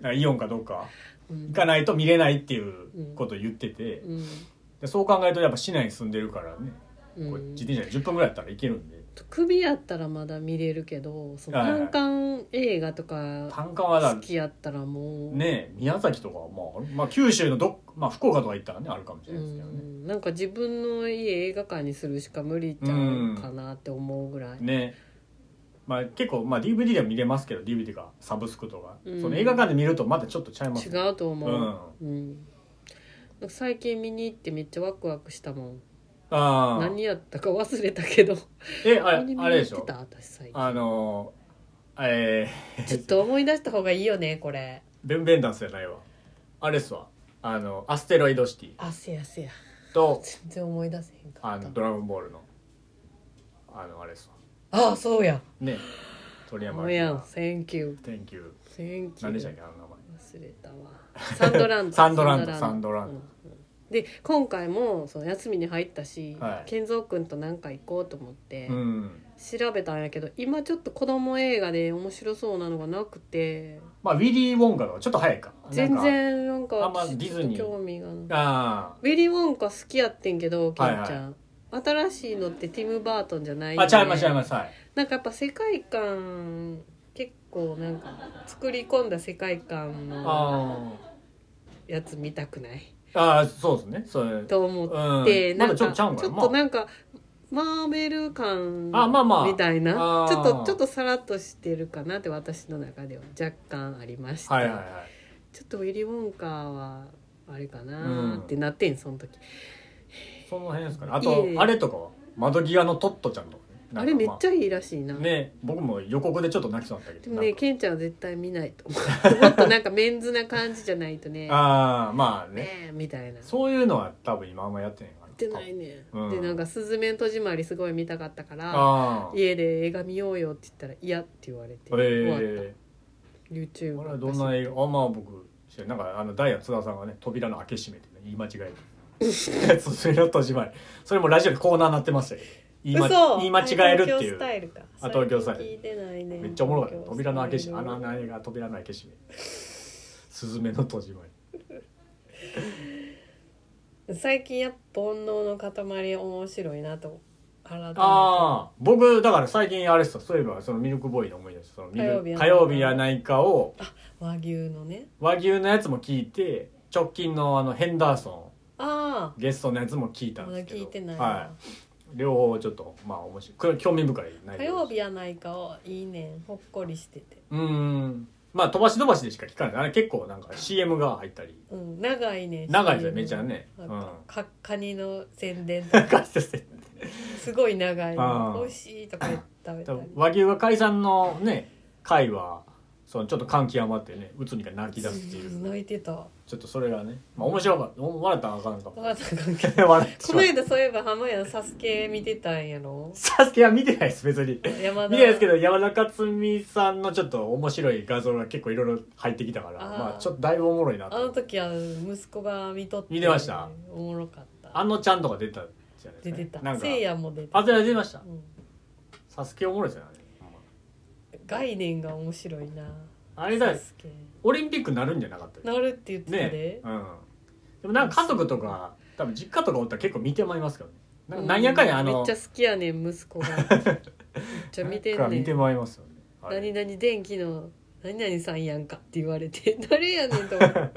[SPEAKER 2] なんかイオンかどっか
[SPEAKER 1] うん
[SPEAKER 2] 行かないと見れないっていうことを言ってて、
[SPEAKER 1] うん
[SPEAKER 2] でそう考えるとやっぱ市内に住んでるからね、
[SPEAKER 1] う
[SPEAKER 2] こうん自転車で10分ぐらいやったらいけるんで
[SPEAKER 1] 首やったらまだ見れるけどその
[SPEAKER 2] はいはい
[SPEAKER 1] 単館映画とか
[SPEAKER 2] 単価はだ
[SPEAKER 1] 好きやったらもう、
[SPEAKER 2] ね宮崎とかはまあある、まあ、九州のどっ、まあ、福岡とか行ったらねあるかもし
[SPEAKER 1] う
[SPEAKER 2] れないですけどね。
[SPEAKER 1] ん、なんか自分の家映画館にするしか無理ちゃうかなって思うぐらい、
[SPEAKER 2] ねまあ、結構、まあ、DVD でも見れますけど DVD かサブスクとか、
[SPEAKER 1] うん
[SPEAKER 2] その映画館で見るとまたちょっとちゃいます
[SPEAKER 1] 違
[SPEAKER 2] ね
[SPEAKER 1] うと思う、
[SPEAKER 2] うん、
[SPEAKER 1] うん、なんか最近見に行ってめっちゃワクワクしたもん
[SPEAKER 2] ああ
[SPEAKER 1] 何やったか忘れたけど
[SPEAKER 2] えあ
[SPEAKER 1] 何
[SPEAKER 2] れ
[SPEAKER 1] 見に
[SPEAKER 2] あれでし
[SPEAKER 1] 行って
[SPEAKER 2] ょ
[SPEAKER 1] た私最近
[SPEAKER 2] あのーえ
[SPEAKER 1] ちょっと思い出した方がいいよねこれ
[SPEAKER 2] ー、ベンベンダンスじゃないわあれっすわあのアステロイドシティ
[SPEAKER 1] あせやせや
[SPEAKER 2] と
[SPEAKER 1] 全然思い出せへんか
[SPEAKER 2] あ
[SPEAKER 1] っ
[SPEAKER 2] の
[SPEAKER 1] た
[SPEAKER 2] ドラゴンボールのあのあれっすわ
[SPEAKER 1] ああそうや
[SPEAKER 2] ね鳥山
[SPEAKER 1] もうやん「Thank you」
[SPEAKER 2] Thank you
[SPEAKER 1] 「Thank
[SPEAKER 2] 何でしたっ
[SPEAKER 1] you
[SPEAKER 2] けあの名前」
[SPEAKER 1] 忘れたわサンドランド
[SPEAKER 2] サンドランドサンドラン
[SPEAKER 1] うんうんで今回もその休みに入ったし、
[SPEAKER 2] はい
[SPEAKER 1] 健三君となんか行こうと思って、
[SPEAKER 2] うん
[SPEAKER 1] 調べたんやけど今ちょっと子供映画で面白そうなのがなくて
[SPEAKER 2] まあウィリー・ウォンカとかちょっと早いか
[SPEAKER 1] 全
[SPEAKER 2] なんか
[SPEAKER 1] 然なんか
[SPEAKER 2] あんまディズニー
[SPEAKER 1] ちょっと興味がない
[SPEAKER 2] あ
[SPEAKER 1] ウィリー・ウォンカ好きやってんけどケンちゃん、
[SPEAKER 2] はい
[SPEAKER 1] 新しいのってティム・バートンじゃない
[SPEAKER 2] ーあちゃいますちゃい
[SPEAKER 1] す
[SPEAKER 2] ますはい
[SPEAKER 1] なんかやっぱ世界観結構なんか作り込んだ世界観の
[SPEAKER 2] あ
[SPEAKER 1] やつ見たくない
[SPEAKER 2] ーあーそうですねそれうん
[SPEAKER 1] と思っ
[SPEAKER 2] ま
[SPEAKER 1] て、な
[SPEAKER 2] だ
[SPEAKER 1] ん
[SPEAKER 2] ちょ
[SPEAKER 1] か
[SPEAKER 2] っとち
[SPEAKER 1] ち
[SPEAKER 2] ゃ
[SPEAKER 1] ょ
[SPEAKER 2] うん
[SPEAKER 1] っ
[SPEAKER 2] かな
[SPEAKER 1] と
[SPEAKER 2] まあ
[SPEAKER 1] なんかマーベル感
[SPEAKER 2] あまあまあ
[SPEAKER 1] みたいな
[SPEAKER 2] あー
[SPEAKER 1] ちょっとちょっとさらっとしてるかなって私の中では若干ありまして、
[SPEAKER 2] はいはいはい
[SPEAKER 1] ちょっとウィリー・ウォンカーはあれかなーってなってんその時
[SPEAKER 2] その辺ですかねあ
[SPEAKER 1] い
[SPEAKER 2] と
[SPEAKER 1] えいえ
[SPEAKER 2] あれとかは窓際のトットちゃんとかねなんか
[SPEAKER 1] あれめっち
[SPEAKER 2] ゃ
[SPEAKER 1] ゃいいらしいな、
[SPEAKER 2] ね僕も予告でちょっと泣きそうだったけど
[SPEAKER 1] でも
[SPEAKER 2] な
[SPEAKER 1] ね
[SPEAKER 2] んか
[SPEAKER 1] ケンちゃんは絶対見ないと思 うもっとなんかメンズな感じじゃないとね
[SPEAKER 2] ああまあね
[SPEAKER 1] ねえみたいな
[SPEAKER 2] そういうのは多分今あんまやってないかな
[SPEAKER 1] やってないね、
[SPEAKER 2] うん
[SPEAKER 1] でなんか「すずめの戸締まり」すごい見たかったから
[SPEAKER 2] ああ
[SPEAKER 1] 家で映画見ようよって言ったら「嫌」って言われて、終わった
[SPEAKER 2] ええ
[SPEAKER 1] YouTube
[SPEAKER 2] ー、あれはどんな映画あまあ僕知らんなんかあのダイヤ津田さんがね扉の開け閉めてね言い間違え るそれの閉じまりそれもラジオでコーナーになってましたけど言い,、ま、
[SPEAKER 1] 嘘
[SPEAKER 2] 言い間違えるってい
[SPEAKER 1] 東京スタ
[SPEAKER 2] う
[SPEAKER 1] イルか
[SPEAKER 2] あ東京スタイル
[SPEAKER 1] 最近聞いてないね
[SPEAKER 2] めっちゃおもろかった扉の開け閉めあ
[SPEAKER 1] 東京スタイル
[SPEAKER 2] のあれが扉の開け閉めスズメの閉じまり
[SPEAKER 1] 最近やっぱ煩悩の塊面白いなと改めて
[SPEAKER 2] ああ僕だから最近あれっすよそういえばそのミルクボーイの思い出したそのミル
[SPEAKER 1] 火曜日やない
[SPEAKER 2] 火曜日やないかを
[SPEAKER 1] 和牛のね
[SPEAKER 2] 和牛のやつも聞いて直近のあのヘンダーソ
[SPEAKER 1] あ
[SPEAKER 2] ンゲストのやつも聞い
[SPEAKER 1] あ
[SPEAKER 2] たん
[SPEAKER 1] ま
[SPEAKER 2] で
[SPEAKER 1] だ
[SPEAKER 2] すけど
[SPEAKER 1] 聞いてないな、
[SPEAKER 2] はい、両方ちょっとまあ面白いこれ興味深い内容です
[SPEAKER 1] 火曜日やないかをいいねんほっこりしてて
[SPEAKER 2] うーんまあ飛ばし飛ばしでしか聞かないあれ結構なんか CM が入ったり
[SPEAKER 1] うん長いね
[SPEAKER 2] 長いですよめちゃねう
[SPEAKER 1] なんんか かカニの宣伝とか
[SPEAKER 2] なんかして
[SPEAKER 1] すごい長い
[SPEAKER 2] あ
[SPEAKER 1] の
[SPEAKER 2] ー
[SPEAKER 1] 美味しいとか言って食べた
[SPEAKER 2] 多
[SPEAKER 1] り
[SPEAKER 2] 分和牛が解散のね回はそのちょっと感極まってねうつにか泣き出すっていう
[SPEAKER 1] 泣いて た
[SPEAKER 2] ちょっとそれがね、まあ、面白かったお 笑ったらあかんかも
[SPEAKER 1] わざと関係ない
[SPEAKER 2] 笑ってし
[SPEAKER 1] こ
[SPEAKER 2] ま
[SPEAKER 1] の
[SPEAKER 2] う
[SPEAKER 1] 間そういえば浜谷サスケ見てたんやろ
[SPEAKER 2] サスケは見てないです別に
[SPEAKER 1] 山田
[SPEAKER 2] 見てないですけど山田勝美さんのちょっと面白い画像が結構いろいろ入ってきたから
[SPEAKER 1] あー
[SPEAKER 2] まあちょっとだいぶおもろいなと
[SPEAKER 1] あの時は息子が見とって
[SPEAKER 2] 見てました
[SPEAKER 1] おもろかった
[SPEAKER 2] あのちゃんとか出たじゃないで
[SPEAKER 1] 出
[SPEAKER 2] すか、
[SPEAKER 1] てた
[SPEAKER 2] なんか
[SPEAKER 1] せいやも出てた、
[SPEAKER 2] あ出た出てました
[SPEAKER 1] うん
[SPEAKER 2] サスケおもろいですよねあれ
[SPEAKER 1] 概念が面白いな
[SPEAKER 2] あれだ
[SPEAKER 1] サスケ
[SPEAKER 2] オリンピックなるんじゃなかったっけ
[SPEAKER 1] なるって言ってた
[SPEAKER 2] ね
[SPEAKER 1] で、
[SPEAKER 2] うん、でもなんか家族とか多分実家とかおったら結構見てまいりますからねなん
[SPEAKER 1] う
[SPEAKER 2] かなんやかんやあ
[SPEAKER 1] めっ
[SPEAKER 2] の
[SPEAKER 1] ちゃ好きやねん息子 がめっちゃ見てん
[SPEAKER 2] なんか
[SPEAKER 1] ね
[SPEAKER 2] 見て
[SPEAKER 1] ん
[SPEAKER 2] まいりますよねあ
[SPEAKER 1] 何
[SPEAKER 2] れ
[SPEAKER 1] 々電気の何々さんやんかって言われて 誰やねんと思 って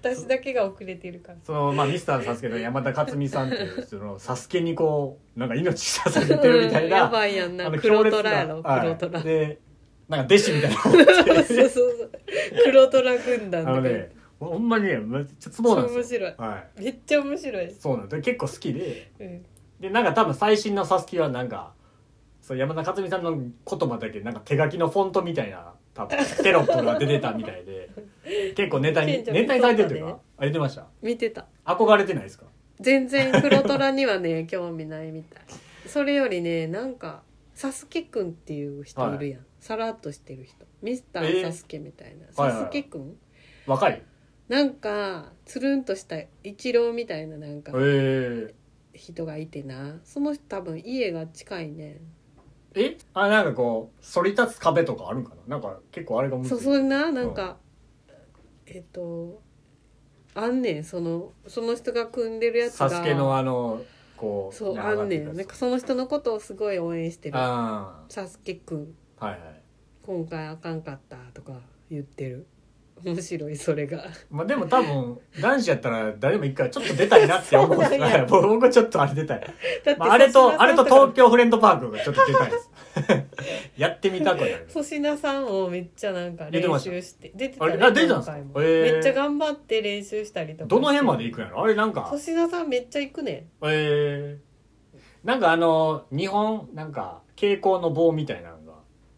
[SPEAKER 1] 私だけが遅れてるから
[SPEAKER 2] そのまあミスターサスケの山田勝美さんっていう人のサスケにこうなんか命捧げてるみたい
[SPEAKER 1] や
[SPEAKER 2] な
[SPEAKER 1] ばいやんな
[SPEAKER 2] あの強
[SPEAKER 1] 黒
[SPEAKER 2] 烈
[SPEAKER 1] 虎やろ
[SPEAKER 2] はい
[SPEAKER 1] 黒虎、
[SPEAKER 2] でなんか弟子みたい
[SPEAKER 1] そう
[SPEAKER 2] な
[SPEAKER 1] そうそう黒虎軍団
[SPEAKER 2] あの
[SPEAKER 1] とか
[SPEAKER 2] ねほんまにねめっちゃツボなん
[SPEAKER 1] 面
[SPEAKER 2] ですよ
[SPEAKER 1] 白い
[SPEAKER 2] はい
[SPEAKER 1] めっちゃ面白い、
[SPEAKER 2] そうなんで結構好きで
[SPEAKER 1] うん、
[SPEAKER 2] でなんか多分最新のサスケはなんかそう山田勝美さんの言葉だけなんか手書きのフォントみたいな 多分テロップが出てたみたいで結構ネタに
[SPEAKER 1] 近所の
[SPEAKER 2] ネタにされてるという
[SPEAKER 1] フォン
[SPEAKER 2] か
[SPEAKER 1] ト
[SPEAKER 2] あれ出ました
[SPEAKER 1] 見てた
[SPEAKER 2] 憧れてないですか
[SPEAKER 1] 全然黒虎にはね 興味ないみたいそれよりねなんかサスケくんっていう人いるやん、さらっとしてる人ミスター
[SPEAKER 2] えー
[SPEAKER 1] サスケみたいな、
[SPEAKER 2] はいはい
[SPEAKER 1] サスケくん
[SPEAKER 2] 若い
[SPEAKER 1] なんかつるんとしたイチローみたいななんか
[SPEAKER 2] え
[SPEAKER 1] 人がいてなその人多分家が近いね
[SPEAKER 2] ええあなんかこう反り立つ壁とかあるんかななんか結構あれが
[SPEAKER 1] ん
[SPEAKER 2] 難しい
[SPEAKER 1] そうそんななんか、えっとあんねんそのその人が組んでるやつ
[SPEAKER 2] サ
[SPEAKER 1] が
[SPEAKER 2] スケのあのこう
[SPEAKER 1] そうあ
[SPEAKER 2] なんか
[SPEAKER 1] んねんなんかその人のことをすごい応援してる
[SPEAKER 2] あ
[SPEAKER 1] サスケくん
[SPEAKER 2] あはいはい
[SPEAKER 1] 今回あかんかったとか言ってる面白いそれ が
[SPEAKER 2] まあでも多分男子やったら誰も一回ちょっと出たいなって思 う
[SPEAKER 1] そうなんや
[SPEAKER 2] 僕僕ちょっとあれ出たい、
[SPEAKER 1] だって
[SPEAKER 2] まあ、あれ
[SPEAKER 1] 粗品
[SPEAKER 2] と
[SPEAKER 1] さ
[SPEAKER 2] あ
[SPEAKER 1] ん
[SPEAKER 2] れと
[SPEAKER 1] か
[SPEAKER 2] 東京フレンドパークがちょっと出たいです やってみたくなる
[SPEAKER 1] 粗品さんをめっちゃなんか
[SPEAKER 2] 出
[SPEAKER 1] 練
[SPEAKER 2] てました
[SPEAKER 1] 習して出て
[SPEAKER 2] あれあ出てたん
[SPEAKER 1] 今
[SPEAKER 2] ですか
[SPEAKER 1] 回も
[SPEAKER 2] へー
[SPEAKER 1] めっちゃ頑張って練習したりとか
[SPEAKER 2] どの辺まで行
[SPEAKER 1] 行
[SPEAKER 2] くんやろあれなんか
[SPEAKER 1] 粗品さんめっちゃ行くね
[SPEAKER 2] えー、なんかあの日本なんか蛍光の棒みたいなのが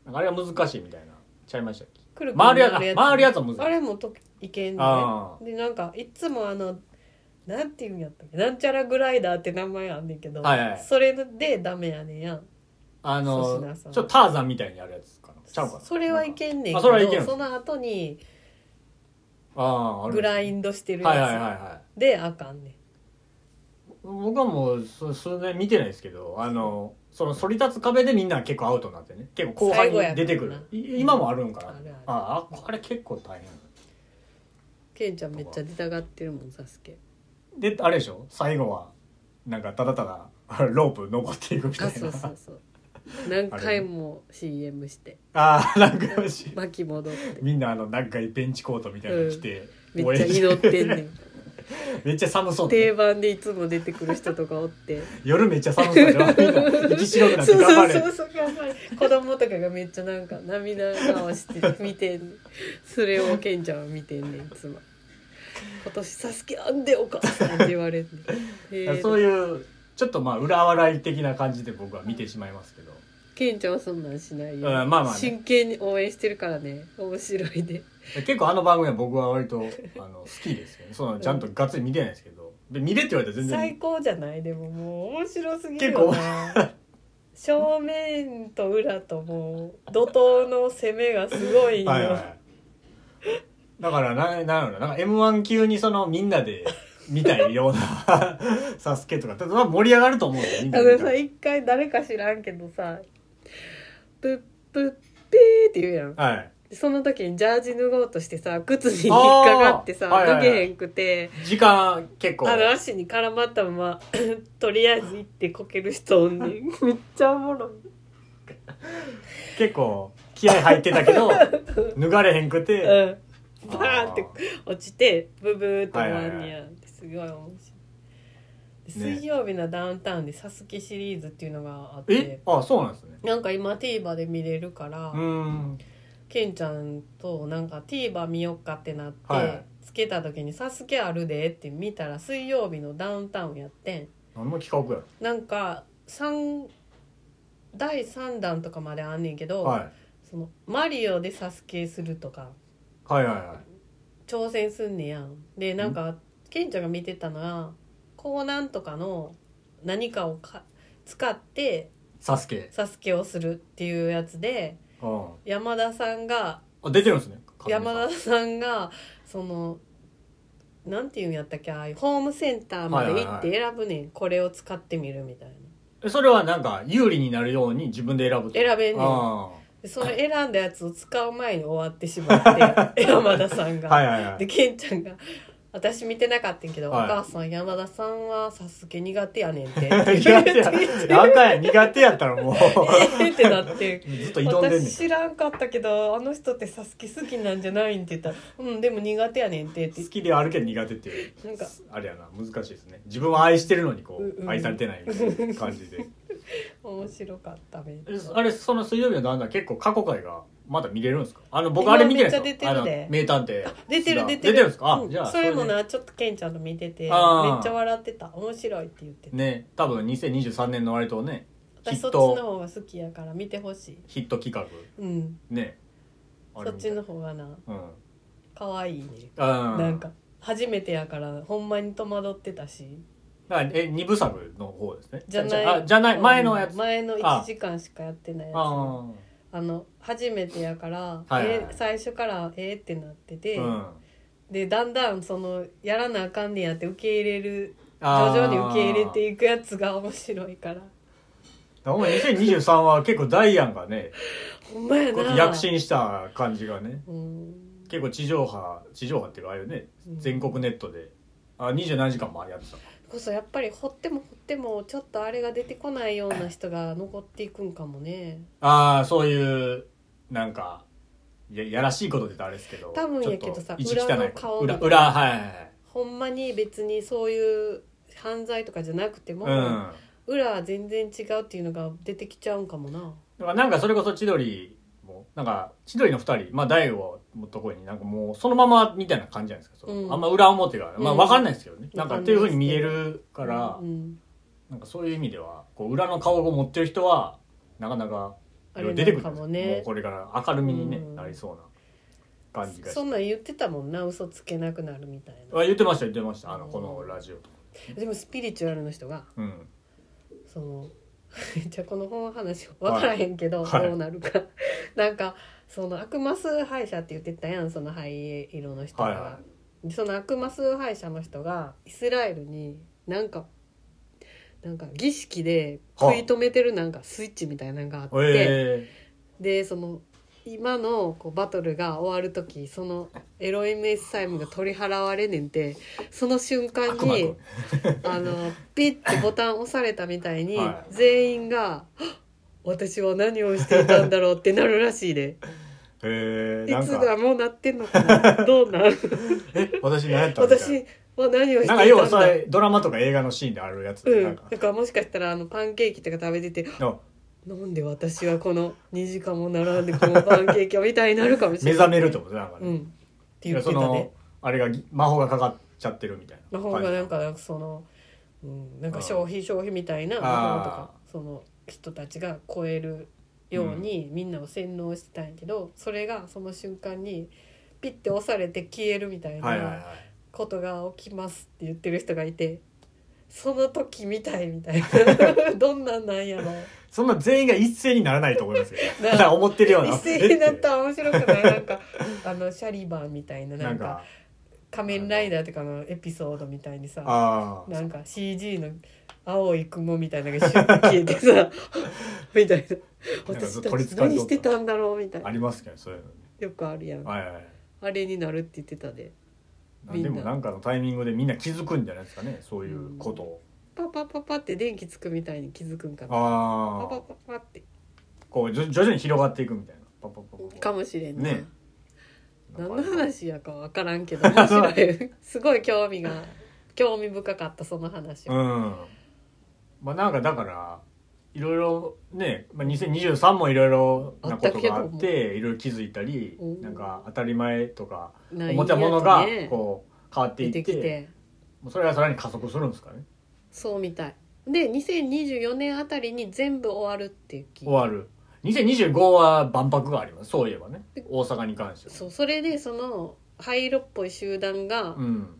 [SPEAKER 2] なんかあれが難しいみたいなちゃいましたっけ
[SPEAKER 1] くるく
[SPEAKER 2] 回るやつあ回るやつは難しい
[SPEAKER 1] あれもといけんね
[SPEAKER 2] あ
[SPEAKER 1] でなんかいつもあのなんていうんやったっけなんちゃらグライダーって名前あんねんけど、
[SPEAKER 2] はいはい
[SPEAKER 1] それでダメやねんやん
[SPEAKER 2] あ
[SPEAKER 1] 粗品
[SPEAKER 2] のち
[SPEAKER 1] さ
[SPEAKER 2] ょ
[SPEAKER 1] ん
[SPEAKER 2] っとターザンみたいにやるやつかなちゃうかな
[SPEAKER 1] それはいけんねん
[SPEAKER 2] あそれはいけんの
[SPEAKER 1] その後に
[SPEAKER 2] あーある
[SPEAKER 1] グラインドしてる
[SPEAKER 2] はいはいはい
[SPEAKER 1] や
[SPEAKER 2] はい
[SPEAKER 1] つであかんねん
[SPEAKER 2] 僕はもうそ数年見てないですけどあのその反り立つ壁でみんな結構アウトになってね結構後半
[SPEAKER 1] 最後や
[SPEAKER 2] に
[SPEAKER 1] から
[SPEAKER 2] 出
[SPEAKER 1] な
[SPEAKER 2] てくるい今もあるんかな、
[SPEAKER 1] あるある
[SPEAKER 2] あああれ結構大変
[SPEAKER 1] ケンちゃんめっちゃ出たがってるもんサスケ
[SPEAKER 2] であれでしょ最後はなんかただただ あロープ残っていくみたい
[SPEAKER 1] あ
[SPEAKER 2] な
[SPEAKER 1] そうそうそう何回も CM して
[SPEAKER 2] あーなんかし
[SPEAKER 1] 巻き戻って
[SPEAKER 2] みんなあのなんかベンチコートみたいなの着て、
[SPEAKER 1] め
[SPEAKER 2] 応
[SPEAKER 1] っ
[SPEAKER 2] 援
[SPEAKER 1] ちゃ
[SPEAKER 2] して
[SPEAKER 1] 祈ってんねん
[SPEAKER 2] めっちゃ寒そう
[SPEAKER 1] 定番でいつも出てくる人とかおって
[SPEAKER 2] 夜めっちゃ寒そうでみんな 息白くなって
[SPEAKER 1] そう
[SPEAKER 2] 頑張
[SPEAKER 1] そう
[SPEAKER 2] れ
[SPEAKER 1] そうそう頑張れ子供とかがめっちゃなんか涙顔して見てんそれをケンちゃんは見てんねんいつも今年サスケあんでお母さんって言われて、え
[SPEAKER 2] だからそういうちょっとまあ裏笑い的な感じで僕は見てしまいますけど
[SPEAKER 1] ケンちゃんはそんなんしないよ、
[SPEAKER 2] うんまあまあね
[SPEAKER 1] 真剣に応援してるからね面白いで
[SPEAKER 2] 結構あの番組は僕は割とあの好きですけどねそのちゃんとがっつり見てないですけどで見れって言われたら全
[SPEAKER 1] 最
[SPEAKER 2] 然
[SPEAKER 1] 高じゃないでももう面白すぎるよな正面と裏ともう怒涛の攻めがすごいよ、
[SPEAKER 2] はいはいだからななんやろななんか m 1級にそのみんなで見たいよ うなサスケとかただ盛り上がると思うんだよみん
[SPEAKER 1] あ
[SPEAKER 2] なで
[SPEAKER 1] の
[SPEAKER 2] 見た
[SPEAKER 1] さ
[SPEAKER 2] ら
[SPEAKER 1] 一回誰か知らんけどさ「プップッピー」って言うやん
[SPEAKER 2] はい
[SPEAKER 1] その時にジャージ脱ごうとしてさ靴に引っかかってさ
[SPEAKER 2] あーはいはい
[SPEAKER 1] 脱
[SPEAKER 2] はい
[SPEAKER 1] げへんくて
[SPEAKER 2] 時間結構
[SPEAKER 1] あの足に絡まったまま とりあえず行ってこける人お んねんめっちゃおもろい
[SPEAKER 2] 結構気合入ってたけど 脱がれへんく
[SPEAKER 1] う
[SPEAKER 2] て、
[SPEAKER 1] んバーンって落ちてブブーって終わんねやんってすごい面白い。で
[SPEAKER 2] ね
[SPEAKER 1] 水曜日のダウンタウンで「サスケシリーズっていうのがあっ
[SPEAKER 2] え
[SPEAKER 1] て
[SPEAKER 2] あそうなんですね
[SPEAKER 1] なんか今 TVer で見れるから
[SPEAKER 2] うーん
[SPEAKER 1] ケンちゃんとなんか TVer 見よっかってなって、
[SPEAKER 2] はい
[SPEAKER 1] つけた時に「サスケあるで」って見たら水曜日のダウンタウンやってん
[SPEAKER 2] 何の企画や
[SPEAKER 1] なんか三第3弾とかまであんねんけど、
[SPEAKER 2] ろはい
[SPEAKER 1] そのマリオでサスケするとか
[SPEAKER 2] はいはいはい
[SPEAKER 1] 挑戦すんねやんでなんかケンちゃんが見てたのはこうなんとかの何かをか使って
[SPEAKER 2] サスケ、
[SPEAKER 1] サスケをするっていうやつで
[SPEAKER 2] うん、
[SPEAKER 1] 山田さんが
[SPEAKER 2] あ出てるんですね
[SPEAKER 1] 山田
[SPEAKER 2] 田
[SPEAKER 1] さんがそのなんていうんやったっけああいうホームセンターまで行って選ぶねん、これを使ってみるみたいな
[SPEAKER 2] それはなんか有利になるように自分で選ぶと
[SPEAKER 1] 選べんねん
[SPEAKER 2] あ
[SPEAKER 1] でその選んだやつを使う前に終わってしまって 山田さん
[SPEAKER 2] ー
[SPEAKER 1] が。
[SPEAKER 2] はいはいは
[SPEAKER 1] で
[SPEAKER 2] い
[SPEAKER 1] ケンちゃんが「私見てなかったんやけど、
[SPEAKER 2] はい
[SPEAKER 1] お母さん山田さんはサスケ苦手やねんて」
[SPEAKER 2] 苦手やあんたや苦手やったら もう
[SPEAKER 1] えーってなって。
[SPEAKER 2] ずっと挑んでんね
[SPEAKER 1] 私
[SPEAKER 2] ん
[SPEAKER 1] 知らんかったけどあの人ってサスケ好きなんじゃないんって言ったら「うんでも苦手やねんて」って
[SPEAKER 2] 好きではあるけど苦手っていう
[SPEAKER 1] なんか
[SPEAKER 2] あれやな難しいですね自分は愛してるのにこ
[SPEAKER 1] うんう
[SPEAKER 2] うん愛されてないみたいな感じで
[SPEAKER 1] 面白かっためっ
[SPEAKER 2] えあれその水曜日の旦那結構過去回がまだ見れるんですかあの僕あれ見てな
[SPEAKER 1] め
[SPEAKER 2] いで
[SPEAKER 1] っ
[SPEAKER 2] す
[SPEAKER 1] ち
[SPEAKER 2] か
[SPEAKER 1] ゃ出
[SPEAKER 2] あの
[SPEAKER 1] てるで
[SPEAKER 2] 名探偵
[SPEAKER 1] 出てる出てる
[SPEAKER 2] 出てるんですかあ
[SPEAKER 1] うん
[SPEAKER 2] じゃあ
[SPEAKER 1] それも
[SPEAKER 2] で
[SPEAKER 1] なちょっとケンちゃんと見ててめっち
[SPEAKER 2] あー
[SPEAKER 1] ゃ笑ってた面白いって言ってた
[SPEAKER 2] ね多分2023年の割とねヒ
[SPEAKER 1] 私そ
[SPEAKER 2] ッ
[SPEAKER 1] っちの
[SPEAKER 2] ト
[SPEAKER 1] 方が好きやから見てほしい
[SPEAKER 2] ヒット企画
[SPEAKER 1] うん
[SPEAKER 2] ねあ
[SPEAKER 1] そ
[SPEAKER 2] れ
[SPEAKER 1] っ
[SPEAKER 2] みた
[SPEAKER 1] ち
[SPEAKER 2] い
[SPEAKER 1] の方がな
[SPEAKER 2] うん
[SPEAKER 1] 可愛いね
[SPEAKER 2] あー
[SPEAKER 1] なんか初めてやからほんまに戸惑ってたし
[SPEAKER 2] だからえ二部作の方ですね
[SPEAKER 1] じゃ
[SPEAKER 2] あ
[SPEAKER 1] な
[SPEAKER 2] じ
[SPEAKER 1] い
[SPEAKER 2] ゃあじゃない前のや
[SPEAKER 1] う
[SPEAKER 2] つ
[SPEAKER 1] ん前の
[SPEAKER 2] あ
[SPEAKER 1] 1時間しかやってないやつあ
[SPEAKER 2] あ
[SPEAKER 1] の初めてやから、
[SPEAKER 2] はいはいはい
[SPEAKER 1] え最初からええってなってて、
[SPEAKER 2] ーうん
[SPEAKER 1] でだんだんそのやらなあかんねやって受け入れる徐
[SPEAKER 2] あー
[SPEAKER 1] 々に受け入れていくやつが面白いから
[SPEAKER 2] だからもう2023は結構ダイアンがね
[SPEAKER 1] ほんまやな
[SPEAKER 2] 躍進した感じがね
[SPEAKER 1] うん
[SPEAKER 2] 結構地上波地上波っていうかああいうね
[SPEAKER 1] うん
[SPEAKER 2] 全国ネットであ27時間もやってた
[SPEAKER 1] こそやっぱり掘っても掘ってもちょっとあれが出てこないような人が残っていくんかもね
[SPEAKER 2] ああそういうなんかややらしいことって言ったらあれですけど
[SPEAKER 1] 多分やけど
[SPEAKER 2] ちょっと
[SPEAKER 1] さ
[SPEAKER 2] 意地汚い
[SPEAKER 1] 裏の顔
[SPEAKER 2] 裏裏はいはいはい
[SPEAKER 1] ほんまに別にそういう犯罪とかじゃなくても、
[SPEAKER 2] うん
[SPEAKER 1] 裏は全然違うっていうのが出てきちゃうんかもな
[SPEAKER 2] だからなんかそれこそ千鳥もなんか千鳥の二人まあ大悟のところになんかもうそのままみたいな感じじゃないですか、その
[SPEAKER 1] うん
[SPEAKER 2] あんま裏表が、まあ
[SPEAKER 1] うん
[SPEAKER 2] 分かんないですけどね、な
[SPEAKER 1] わ
[SPEAKER 2] ん
[SPEAKER 1] か
[SPEAKER 2] かっ
[SPEAKER 1] んない
[SPEAKER 2] ていうふうに見えるから、
[SPEAKER 1] うん
[SPEAKER 2] なんかそういう意味ではこう裏の顔を持ってる人はなかなか
[SPEAKER 1] あれ
[SPEAKER 2] 出て
[SPEAKER 1] なんか
[SPEAKER 2] くるんです
[SPEAKER 1] も
[SPEAKER 2] よ
[SPEAKER 1] ね
[SPEAKER 2] うこれから明るみに、ね
[SPEAKER 1] うん
[SPEAKER 2] なりそうな感じがして
[SPEAKER 1] そんなん言ってたもんな嘘つけなくなるみたいな
[SPEAKER 2] あ言ってました言ってましたあの
[SPEAKER 1] うん
[SPEAKER 2] このラジオとか
[SPEAKER 1] でもスピリチュアルの人が
[SPEAKER 2] うん
[SPEAKER 1] その じゃあこの本の話分からへんけど、
[SPEAKER 2] はい
[SPEAKER 1] どうなるか なんかその悪魔崇拝者って言ってたやんその灰色の人が、
[SPEAKER 2] はいは
[SPEAKER 1] でその悪魔崇拝者の人がイスラエルになんかなんか儀式で食い止めてるなんかスイッチみたいなのがあって、
[SPEAKER 2] え
[SPEAKER 1] でその今のこうバトルが終わる時そのエロイムエッサイムが取り払われねんてその瞬間
[SPEAKER 2] 悪魔
[SPEAKER 1] に
[SPEAKER 2] 君
[SPEAKER 1] あのピッてボタン押されたみたいに、
[SPEAKER 2] は
[SPEAKER 1] 全員が「はっ私は何をしていたんだろう」ってなるらしいで
[SPEAKER 2] ー、えー、
[SPEAKER 1] い
[SPEAKER 2] なん
[SPEAKER 1] つ
[SPEAKER 2] か
[SPEAKER 1] だもうなってんのか などうなん
[SPEAKER 2] え私何やったみたいな
[SPEAKER 1] 私は何をしていたん
[SPEAKER 2] なんか
[SPEAKER 1] だ
[SPEAKER 2] 要はそれドラマとか映画のシーンであるやつ、
[SPEAKER 1] う
[SPEAKER 2] なん
[SPEAKER 1] ん
[SPEAKER 2] か
[SPEAKER 1] だからもしかしたらあのパンケーキとか食べてて
[SPEAKER 2] の
[SPEAKER 1] なんで私はこの2時間も並んでこのパンケーキをみたいになるかもし
[SPEAKER 2] 目
[SPEAKER 1] れない
[SPEAKER 2] 覚めるってことなんかね、
[SPEAKER 1] うんっ
[SPEAKER 2] い
[SPEAKER 1] て言
[SPEAKER 2] や
[SPEAKER 1] っ
[SPEAKER 2] そ
[SPEAKER 1] てたね
[SPEAKER 2] のあれがぎ魔法がかかっちゃってるみたいな
[SPEAKER 1] 魔法がなんかなんかその、うん、なんか消費消費みたいな
[SPEAKER 2] あー
[SPEAKER 1] 魔法とかその人たちが超えるようにみんなを洗脳してたんやけど、それがその瞬間にピッて押されて消えるみたい
[SPEAKER 2] はいはいはい
[SPEAKER 1] なことが起きますって言ってる人がいて。その時みたいみたい などんなんなんやろ
[SPEAKER 2] そんな全員が一斉にならないと思 いますよ
[SPEAKER 1] な
[SPEAKER 2] だから思ってるような
[SPEAKER 1] 一斉になったら面白く ないなんかあのシャリバーみたいな
[SPEAKER 2] な
[SPEAKER 1] なんんか
[SPEAKER 2] か
[SPEAKER 1] 仮面ライダーとかのエピソードみたいにさ
[SPEAKER 2] ああ
[SPEAKER 1] なんか CG の青い雲みたいなのがシュッと消えて さみたいな
[SPEAKER 2] なんかず
[SPEAKER 1] 私
[SPEAKER 2] っと
[SPEAKER 1] た
[SPEAKER 2] 取り
[SPEAKER 1] ち
[SPEAKER 2] 憑かれとった
[SPEAKER 1] 何してたんだろうみたい
[SPEAKER 2] あ
[SPEAKER 1] な
[SPEAKER 2] りますけどそういうのね
[SPEAKER 1] よくあるやんあ
[SPEAKER 2] はいはいはい
[SPEAKER 1] れになるって言ってたで
[SPEAKER 2] なんでもなんかのタイミングでみんな気づくんじゃないですかねそういうことを、
[SPEAKER 1] パパパパって電気つくみたいに気づくんかなパ
[SPEAKER 2] あ
[SPEAKER 1] パ
[SPEAKER 2] あ
[SPEAKER 1] パパって
[SPEAKER 2] こうじょ徐々に広がっていくみたいなパパパパ
[SPEAKER 1] かもしれんな、
[SPEAKER 2] ね
[SPEAKER 1] 何の話やか分からんけど面白 いすごい興味が興味深かったその話
[SPEAKER 2] う
[SPEAKER 1] は、
[SPEAKER 2] んまあなんかだからいろいろね、まあ、2023もいろいろなことがあ
[SPEAKER 1] あっ
[SPEAKER 2] った
[SPEAKER 1] け
[SPEAKER 2] ていろいろ気づいたり
[SPEAKER 1] うん
[SPEAKER 2] なんか当たり前とか
[SPEAKER 1] ない
[SPEAKER 2] 思ってたものが
[SPEAKER 1] やつね
[SPEAKER 2] こう変わってい
[SPEAKER 1] 出
[SPEAKER 2] って
[SPEAKER 1] てきて
[SPEAKER 2] もうそれがさらに加速するんですかね
[SPEAKER 1] そうみたいで2024年あたりに全部終わるって聞いて
[SPEAKER 2] 終わる2025は万博がありますそういえばね大阪に関しては
[SPEAKER 1] そうそれでその灰色っぽい集団が、
[SPEAKER 2] うん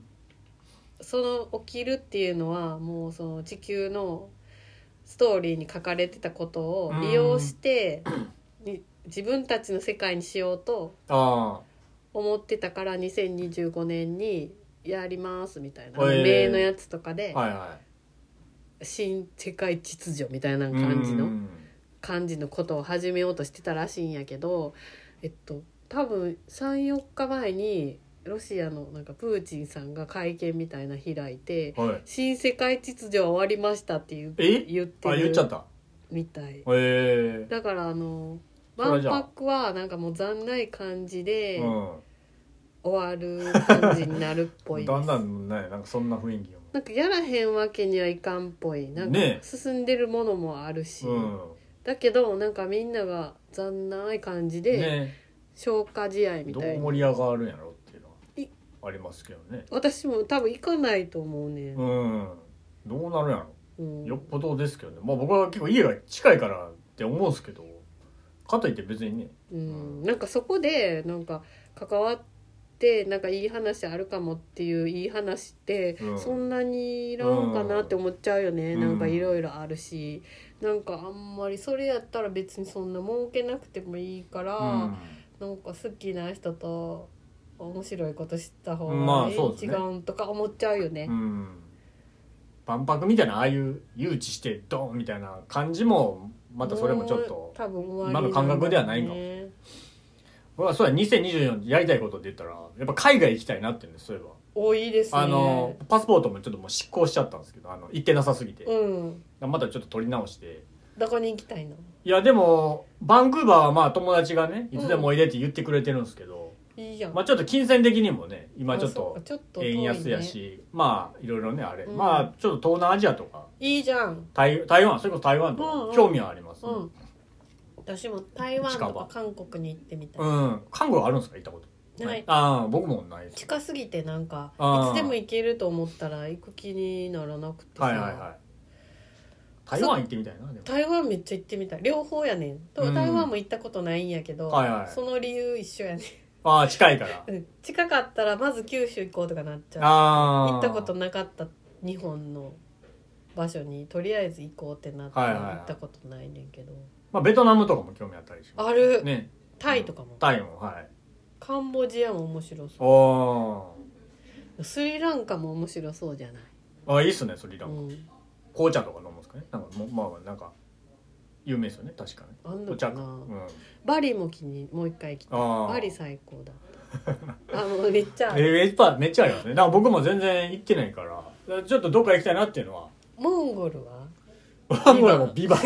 [SPEAKER 1] その起きるっていうのはもうその地球のストーリーに書かれてたことを利用して、に自分たちの世界にしようと
[SPEAKER 2] あ
[SPEAKER 1] 思ってたから2025年にやりますみたいな、
[SPEAKER 2] えー
[SPEAKER 1] 名のやつとかで、
[SPEAKER 2] あはいは
[SPEAKER 1] 新世界秩序みたいない感じの。
[SPEAKER 2] うん
[SPEAKER 1] 感じのことを始めようとしてたらしいんやけどえっと多分34日前にロシアのなんかプーチンさんが会見みたいな開いて
[SPEAKER 2] はい
[SPEAKER 1] 「新世界秩序は終わりました」っていう
[SPEAKER 2] え
[SPEAKER 1] 言って
[SPEAKER 2] あ言っ
[SPEAKER 1] る
[SPEAKER 2] ちゃった
[SPEAKER 1] みたい
[SPEAKER 2] へ
[SPEAKER 1] だからあの
[SPEAKER 2] それは
[SPEAKER 1] 万
[SPEAKER 2] じゃあ
[SPEAKER 1] 博はなんかもう残ない感じ
[SPEAKER 2] え
[SPEAKER 1] で
[SPEAKER 2] う
[SPEAKER 1] 終わる感じになるっぽい
[SPEAKER 2] ん
[SPEAKER 1] です
[SPEAKER 2] だんだんねなんかそんな雰囲気よ
[SPEAKER 1] なんかやらへんわけにはいかんっぽいなんか
[SPEAKER 2] ねえ
[SPEAKER 1] 進んでるものもあるし、
[SPEAKER 2] うん
[SPEAKER 1] だけどなんかみんなが残ない感じで、
[SPEAKER 2] ね
[SPEAKER 1] 消化試合み
[SPEAKER 2] ど
[SPEAKER 1] た
[SPEAKER 2] う
[SPEAKER 1] いな
[SPEAKER 2] 盛り上がるんやろっていうの
[SPEAKER 1] い
[SPEAKER 2] はありますけどね
[SPEAKER 1] 私も多分行かないと思うね、
[SPEAKER 2] うんどうなるんや
[SPEAKER 1] うん
[SPEAKER 2] ろよっぽどですけどねまあ僕は結構家が近いからって思うんですけどかといって別にね
[SPEAKER 1] うん、なんかそこでなんか関わってなんかいい話あるかもっていういい話って
[SPEAKER 2] うん
[SPEAKER 1] そんなにいらんかなって思っちゃうよね、
[SPEAKER 2] うん
[SPEAKER 1] なんかいろいろあるしなんかあんまりそれやったら別にそんな儲けなくてもいいから、
[SPEAKER 2] う
[SPEAKER 1] なんか好きな人と面白いことした方
[SPEAKER 2] ま
[SPEAKER 1] が
[SPEAKER 2] あ
[SPEAKER 1] いい、
[SPEAKER 2] そうですね
[SPEAKER 1] 違うんとか思っちゃうよね、
[SPEAKER 2] んうん万博みたいなああいう誘致してドンみたいな感じもまたそれもちょっ
[SPEAKER 1] も
[SPEAKER 2] と
[SPEAKER 1] う多分終わり
[SPEAKER 2] 今の感覚ではないんかも
[SPEAKER 1] ね
[SPEAKER 2] 僕はそうや2024やりたいことで言ったらやっぱ海外行きたいなってねそういえば
[SPEAKER 1] 多いですね
[SPEAKER 2] あのパスポートもちょっともう失効しちゃったんですけどあの行ってなさすぎて
[SPEAKER 1] うん
[SPEAKER 2] またちょっと取り直して
[SPEAKER 1] どこに行きたいの
[SPEAKER 2] いやでもバンクーバーはまあ友達がねいつでもおいでって言ってくれてるんですけど、
[SPEAKER 1] いいじゃん、
[SPEAKER 2] まあちょっと金銭的にもね今
[SPEAKER 1] あ
[SPEAKER 2] ちょっ
[SPEAKER 1] そうか
[SPEAKER 2] と
[SPEAKER 1] ちょっと遠いね
[SPEAKER 2] 円安やし、まあいろいろねあれ、
[SPEAKER 1] うん
[SPEAKER 2] まあちょっと東南アジアとか
[SPEAKER 1] いいじゃん
[SPEAKER 2] 台台湾それこそ台湾と
[SPEAKER 1] うんうん
[SPEAKER 2] か興味はあります、
[SPEAKER 1] うん、私も台湾
[SPEAKER 2] 近
[SPEAKER 1] と
[SPEAKER 2] 場
[SPEAKER 1] か韓国に行ってみたい、
[SPEAKER 2] うん韓国あるんですか行ったこと
[SPEAKER 1] ない
[SPEAKER 2] ああ僕もないです
[SPEAKER 1] 近すぎてなんか
[SPEAKER 2] あー
[SPEAKER 1] いつでも行けると思ったら行く気にならなくてさ、
[SPEAKER 2] はいはいはい台湾行ってみたいなでも
[SPEAKER 1] 台湾めっちゃ行ってみたい両方やねんと
[SPEAKER 2] うん
[SPEAKER 1] 台湾も行ったことないんやけど、
[SPEAKER 2] はいはい
[SPEAKER 1] その理由一緒やねん
[SPEAKER 2] ああ近 いから
[SPEAKER 1] うん近かったらまず九州行こうとかなっちゃう
[SPEAKER 2] ああ
[SPEAKER 1] 行ったことなかった日本の場所にとりあえず行こうってなって
[SPEAKER 2] はいはいはい
[SPEAKER 1] 行ったことないねんけど、
[SPEAKER 2] まあベトナムとかも興味あったりします
[SPEAKER 1] ある、
[SPEAKER 2] ね
[SPEAKER 1] タイとかも、
[SPEAKER 2] タイもはい
[SPEAKER 1] カンボジアも面白そ
[SPEAKER 2] お
[SPEAKER 1] うスリランカも面白そうじゃない、
[SPEAKER 2] ーあいいっすねスリラ
[SPEAKER 1] う
[SPEAKER 2] ンカ、
[SPEAKER 1] ん、
[SPEAKER 2] 紅茶とか飲むんですかねなんかもまあまあなんか有名ですよね確かね
[SPEAKER 1] あんの
[SPEAKER 2] お
[SPEAKER 1] か
[SPEAKER 2] 茶
[SPEAKER 1] な
[SPEAKER 2] か、うん、
[SPEAKER 1] バリも気にもう一回来た
[SPEAKER 2] ああ
[SPEAKER 1] バリ最高だ あもうめっちゃ
[SPEAKER 2] えー、いっぱいめっちゃありますねだから僕も全然行ってないからだからちょっとどっか行きたいなっていうのは
[SPEAKER 1] モンゴルは
[SPEAKER 2] バンゴルも ビバン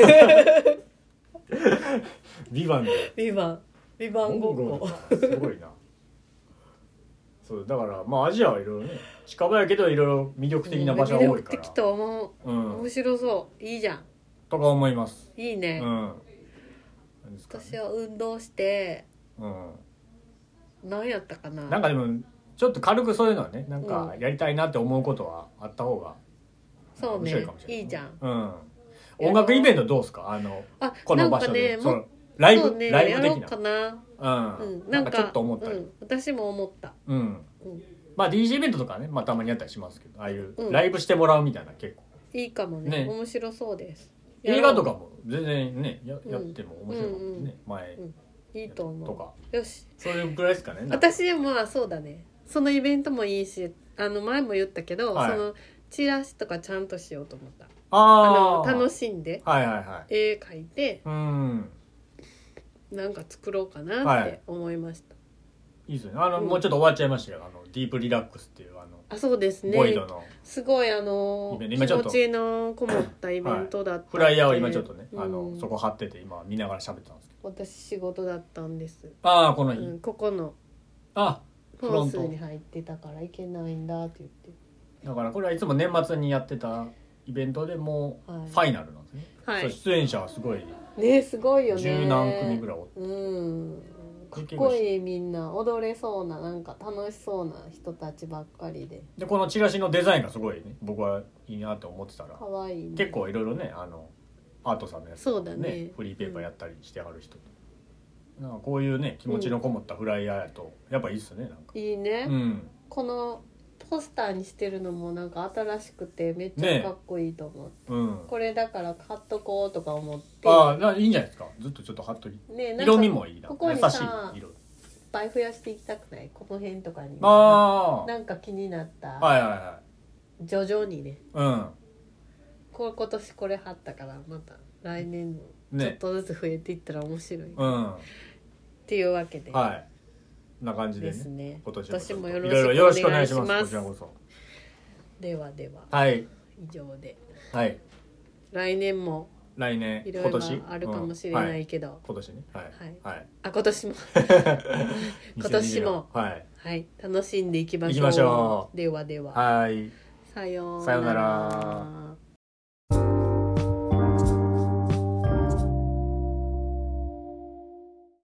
[SPEAKER 2] ビバンで
[SPEAKER 1] ビバンビバンごっこ
[SPEAKER 2] ルかすごいなそうだからまあアジアはいろいろね近場やけどいろいろ魅力的な場所が多い
[SPEAKER 1] 魅
[SPEAKER 2] か
[SPEAKER 1] 力
[SPEAKER 2] ら
[SPEAKER 1] 的と思
[SPEAKER 2] う
[SPEAKER 1] う、面
[SPEAKER 2] ん
[SPEAKER 1] 白そういいじゃん
[SPEAKER 2] とか思います
[SPEAKER 1] いいうね、
[SPEAKER 2] んなんですかね
[SPEAKER 1] 私は運動して
[SPEAKER 2] うん
[SPEAKER 1] 何やったかな
[SPEAKER 2] なんかでもちょっと軽くそういうのはねなんか
[SPEAKER 1] うん
[SPEAKER 2] やりたいなって思うことはあった方が
[SPEAKER 1] そう
[SPEAKER 2] 面
[SPEAKER 1] ね
[SPEAKER 2] 白いかもしれない
[SPEAKER 1] いいじゃん
[SPEAKER 2] うん音楽イベントどうですかあの
[SPEAKER 1] あ
[SPEAKER 2] こ
[SPEAKER 1] な
[SPEAKER 2] の
[SPEAKER 1] ん
[SPEAKER 2] 場
[SPEAKER 1] か
[SPEAKER 2] 所
[SPEAKER 1] ね
[SPEAKER 2] でそ
[SPEAKER 1] も
[SPEAKER 2] のライ
[SPEAKER 1] そ
[SPEAKER 2] ブ、
[SPEAKER 1] うね
[SPEAKER 2] ライ
[SPEAKER 1] や
[SPEAKER 2] ブ
[SPEAKER 1] ろ
[SPEAKER 2] 的
[SPEAKER 1] う
[SPEAKER 2] な
[SPEAKER 1] かな
[SPEAKER 2] う
[SPEAKER 1] うんん、
[SPEAKER 2] な
[SPEAKER 1] なんん
[SPEAKER 2] か
[SPEAKER 1] か
[SPEAKER 2] ちょっと思った
[SPEAKER 1] う
[SPEAKER 2] り
[SPEAKER 1] ん、私も思った、
[SPEAKER 2] うん、
[SPEAKER 1] うん、
[SPEAKER 2] まあ DJ イベントとかね、まあ、たまにあったりしますけどああいう
[SPEAKER 1] うん
[SPEAKER 2] ライブしてもらうみたいな結構
[SPEAKER 1] いいかもね
[SPEAKER 2] ね
[SPEAKER 1] 面白そうです
[SPEAKER 2] 映画と
[SPEAKER 1] か
[SPEAKER 2] かも全然ねや,、
[SPEAKER 1] うん
[SPEAKER 2] やっても面白いかもね、前
[SPEAKER 1] いいと思う
[SPEAKER 2] とか
[SPEAKER 1] よし
[SPEAKER 2] そういうぐらいですかねなんか
[SPEAKER 1] 私まあそうだねそのイベントもいいしあの前も言ったけど、
[SPEAKER 2] はい
[SPEAKER 1] そのチラシとかちゃんとしようと思ったあの
[SPEAKER 2] ああ
[SPEAKER 1] 楽
[SPEAKER 2] しい
[SPEAKER 1] しんで
[SPEAKER 2] はいはいはい
[SPEAKER 1] 絵描いて
[SPEAKER 2] うん
[SPEAKER 1] なんか作ろうかなっ
[SPEAKER 2] はい
[SPEAKER 1] て思いました、
[SPEAKER 2] いいですよねあの、
[SPEAKER 1] うん
[SPEAKER 2] もうちょっと終わっちゃいましたけどあのディープリラックスっていうあの、
[SPEAKER 1] あそうですね
[SPEAKER 2] ボイドの
[SPEAKER 1] すごいあの
[SPEAKER 2] イベン
[SPEAKER 1] 気
[SPEAKER 2] ト今ちょっ
[SPEAKER 1] 持
[SPEAKER 2] と
[SPEAKER 1] ちのこもったイベントだったんで
[SPEAKER 2] フライヤーを今ちょっとね、あ
[SPEAKER 1] う
[SPEAKER 2] の
[SPEAKER 1] ん
[SPEAKER 2] そこ貼ってて今見ながら喋ってたんですけ
[SPEAKER 1] 私仕事だったんです、
[SPEAKER 2] どああこの
[SPEAKER 1] う
[SPEAKER 2] 日、
[SPEAKER 1] ん、ここの
[SPEAKER 2] あ
[SPEAKER 1] フ
[SPEAKER 2] フ
[SPEAKER 1] ロ
[SPEAKER 2] ロ
[SPEAKER 1] ン
[SPEAKER 2] ン
[SPEAKER 1] ス
[SPEAKER 2] ト
[SPEAKER 1] に入ってたから行けないんだって言って
[SPEAKER 2] だからこれはいつも年末にやってたイベントでもう
[SPEAKER 1] はい
[SPEAKER 2] ファイナルなんですね、
[SPEAKER 1] は
[SPEAKER 2] そう
[SPEAKER 1] い
[SPEAKER 2] 出演者はすごい
[SPEAKER 1] ねすごいよね
[SPEAKER 2] 十何組ぐらいおって
[SPEAKER 1] うんかっこいいみんな踊れそうななんか楽しそうな人たちばっかりで
[SPEAKER 2] でこのチラシのデザインがすごいね僕はいいなって思ってたら
[SPEAKER 1] 可愛いね
[SPEAKER 2] 結構いろいろねあのアートさんのやつ
[SPEAKER 1] そうだね
[SPEAKER 2] フリーペーパーやったりしてはる人と、なんかこういうね気持ちのこもったフライヤーやとやっぱいいっすねなんか
[SPEAKER 1] いいね、
[SPEAKER 2] うん
[SPEAKER 1] このポスターにしてるのもなんか新しくてめっちゃかっこいいと思う、
[SPEAKER 2] うん
[SPEAKER 1] これだから買っとこうとか思って
[SPEAKER 2] ああないいんじゃないですかずっとちょっと貼っとき
[SPEAKER 1] ねなんか
[SPEAKER 2] 色味もいいな
[SPEAKER 1] ここに
[SPEAKER 2] 優し
[SPEAKER 1] さ
[SPEAKER 2] い色
[SPEAKER 1] いっぱい増やしていきたくないこの辺とかに
[SPEAKER 2] あ
[SPEAKER 1] なんか気になった、
[SPEAKER 2] あはいは
[SPEAKER 1] 徐々にね
[SPEAKER 2] いは
[SPEAKER 1] こう今年これ貼ったからまた来年も
[SPEAKER 2] いうん
[SPEAKER 1] ちょっ
[SPEAKER 2] ね
[SPEAKER 1] とずつ増えていったら面白い、っ
[SPEAKER 2] うんは
[SPEAKER 1] ていうわけで、
[SPEAKER 2] いこんな感じで
[SPEAKER 1] です
[SPEAKER 2] ね
[SPEAKER 1] ね
[SPEAKER 2] 今年
[SPEAKER 1] 今年も
[SPEAKER 2] も
[SPEAKER 1] よ
[SPEAKER 2] い
[SPEAKER 1] ろ
[SPEAKER 2] ろいろよろ
[SPEAKER 1] し
[SPEAKER 2] し
[SPEAKER 1] く
[SPEAKER 2] く
[SPEAKER 1] お
[SPEAKER 2] お
[SPEAKER 1] 願
[SPEAKER 2] 願
[SPEAKER 1] い
[SPEAKER 2] い
[SPEAKER 1] し
[SPEAKER 2] し
[SPEAKER 1] ます
[SPEAKER 2] ますこちらこそ
[SPEAKER 1] ではでは
[SPEAKER 2] はい
[SPEAKER 1] 以上で
[SPEAKER 2] はい
[SPEAKER 1] 来年も
[SPEAKER 2] 来年
[SPEAKER 1] いろ
[SPEAKER 2] 今
[SPEAKER 1] いろ
[SPEAKER 2] 年
[SPEAKER 1] あるかもしれ
[SPEAKER 2] うん
[SPEAKER 1] な
[SPEAKER 2] はい
[SPEAKER 1] けど、
[SPEAKER 2] 今年ねはいはい
[SPEAKER 1] あ今年も 今年も
[SPEAKER 2] はい
[SPEAKER 1] はい楽しんでいきましょう
[SPEAKER 2] いきましょ
[SPEAKER 1] ではでは、
[SPEAKER 2] はい
[SPEAKER 1] さよう
[SPEAKER 2] さようなら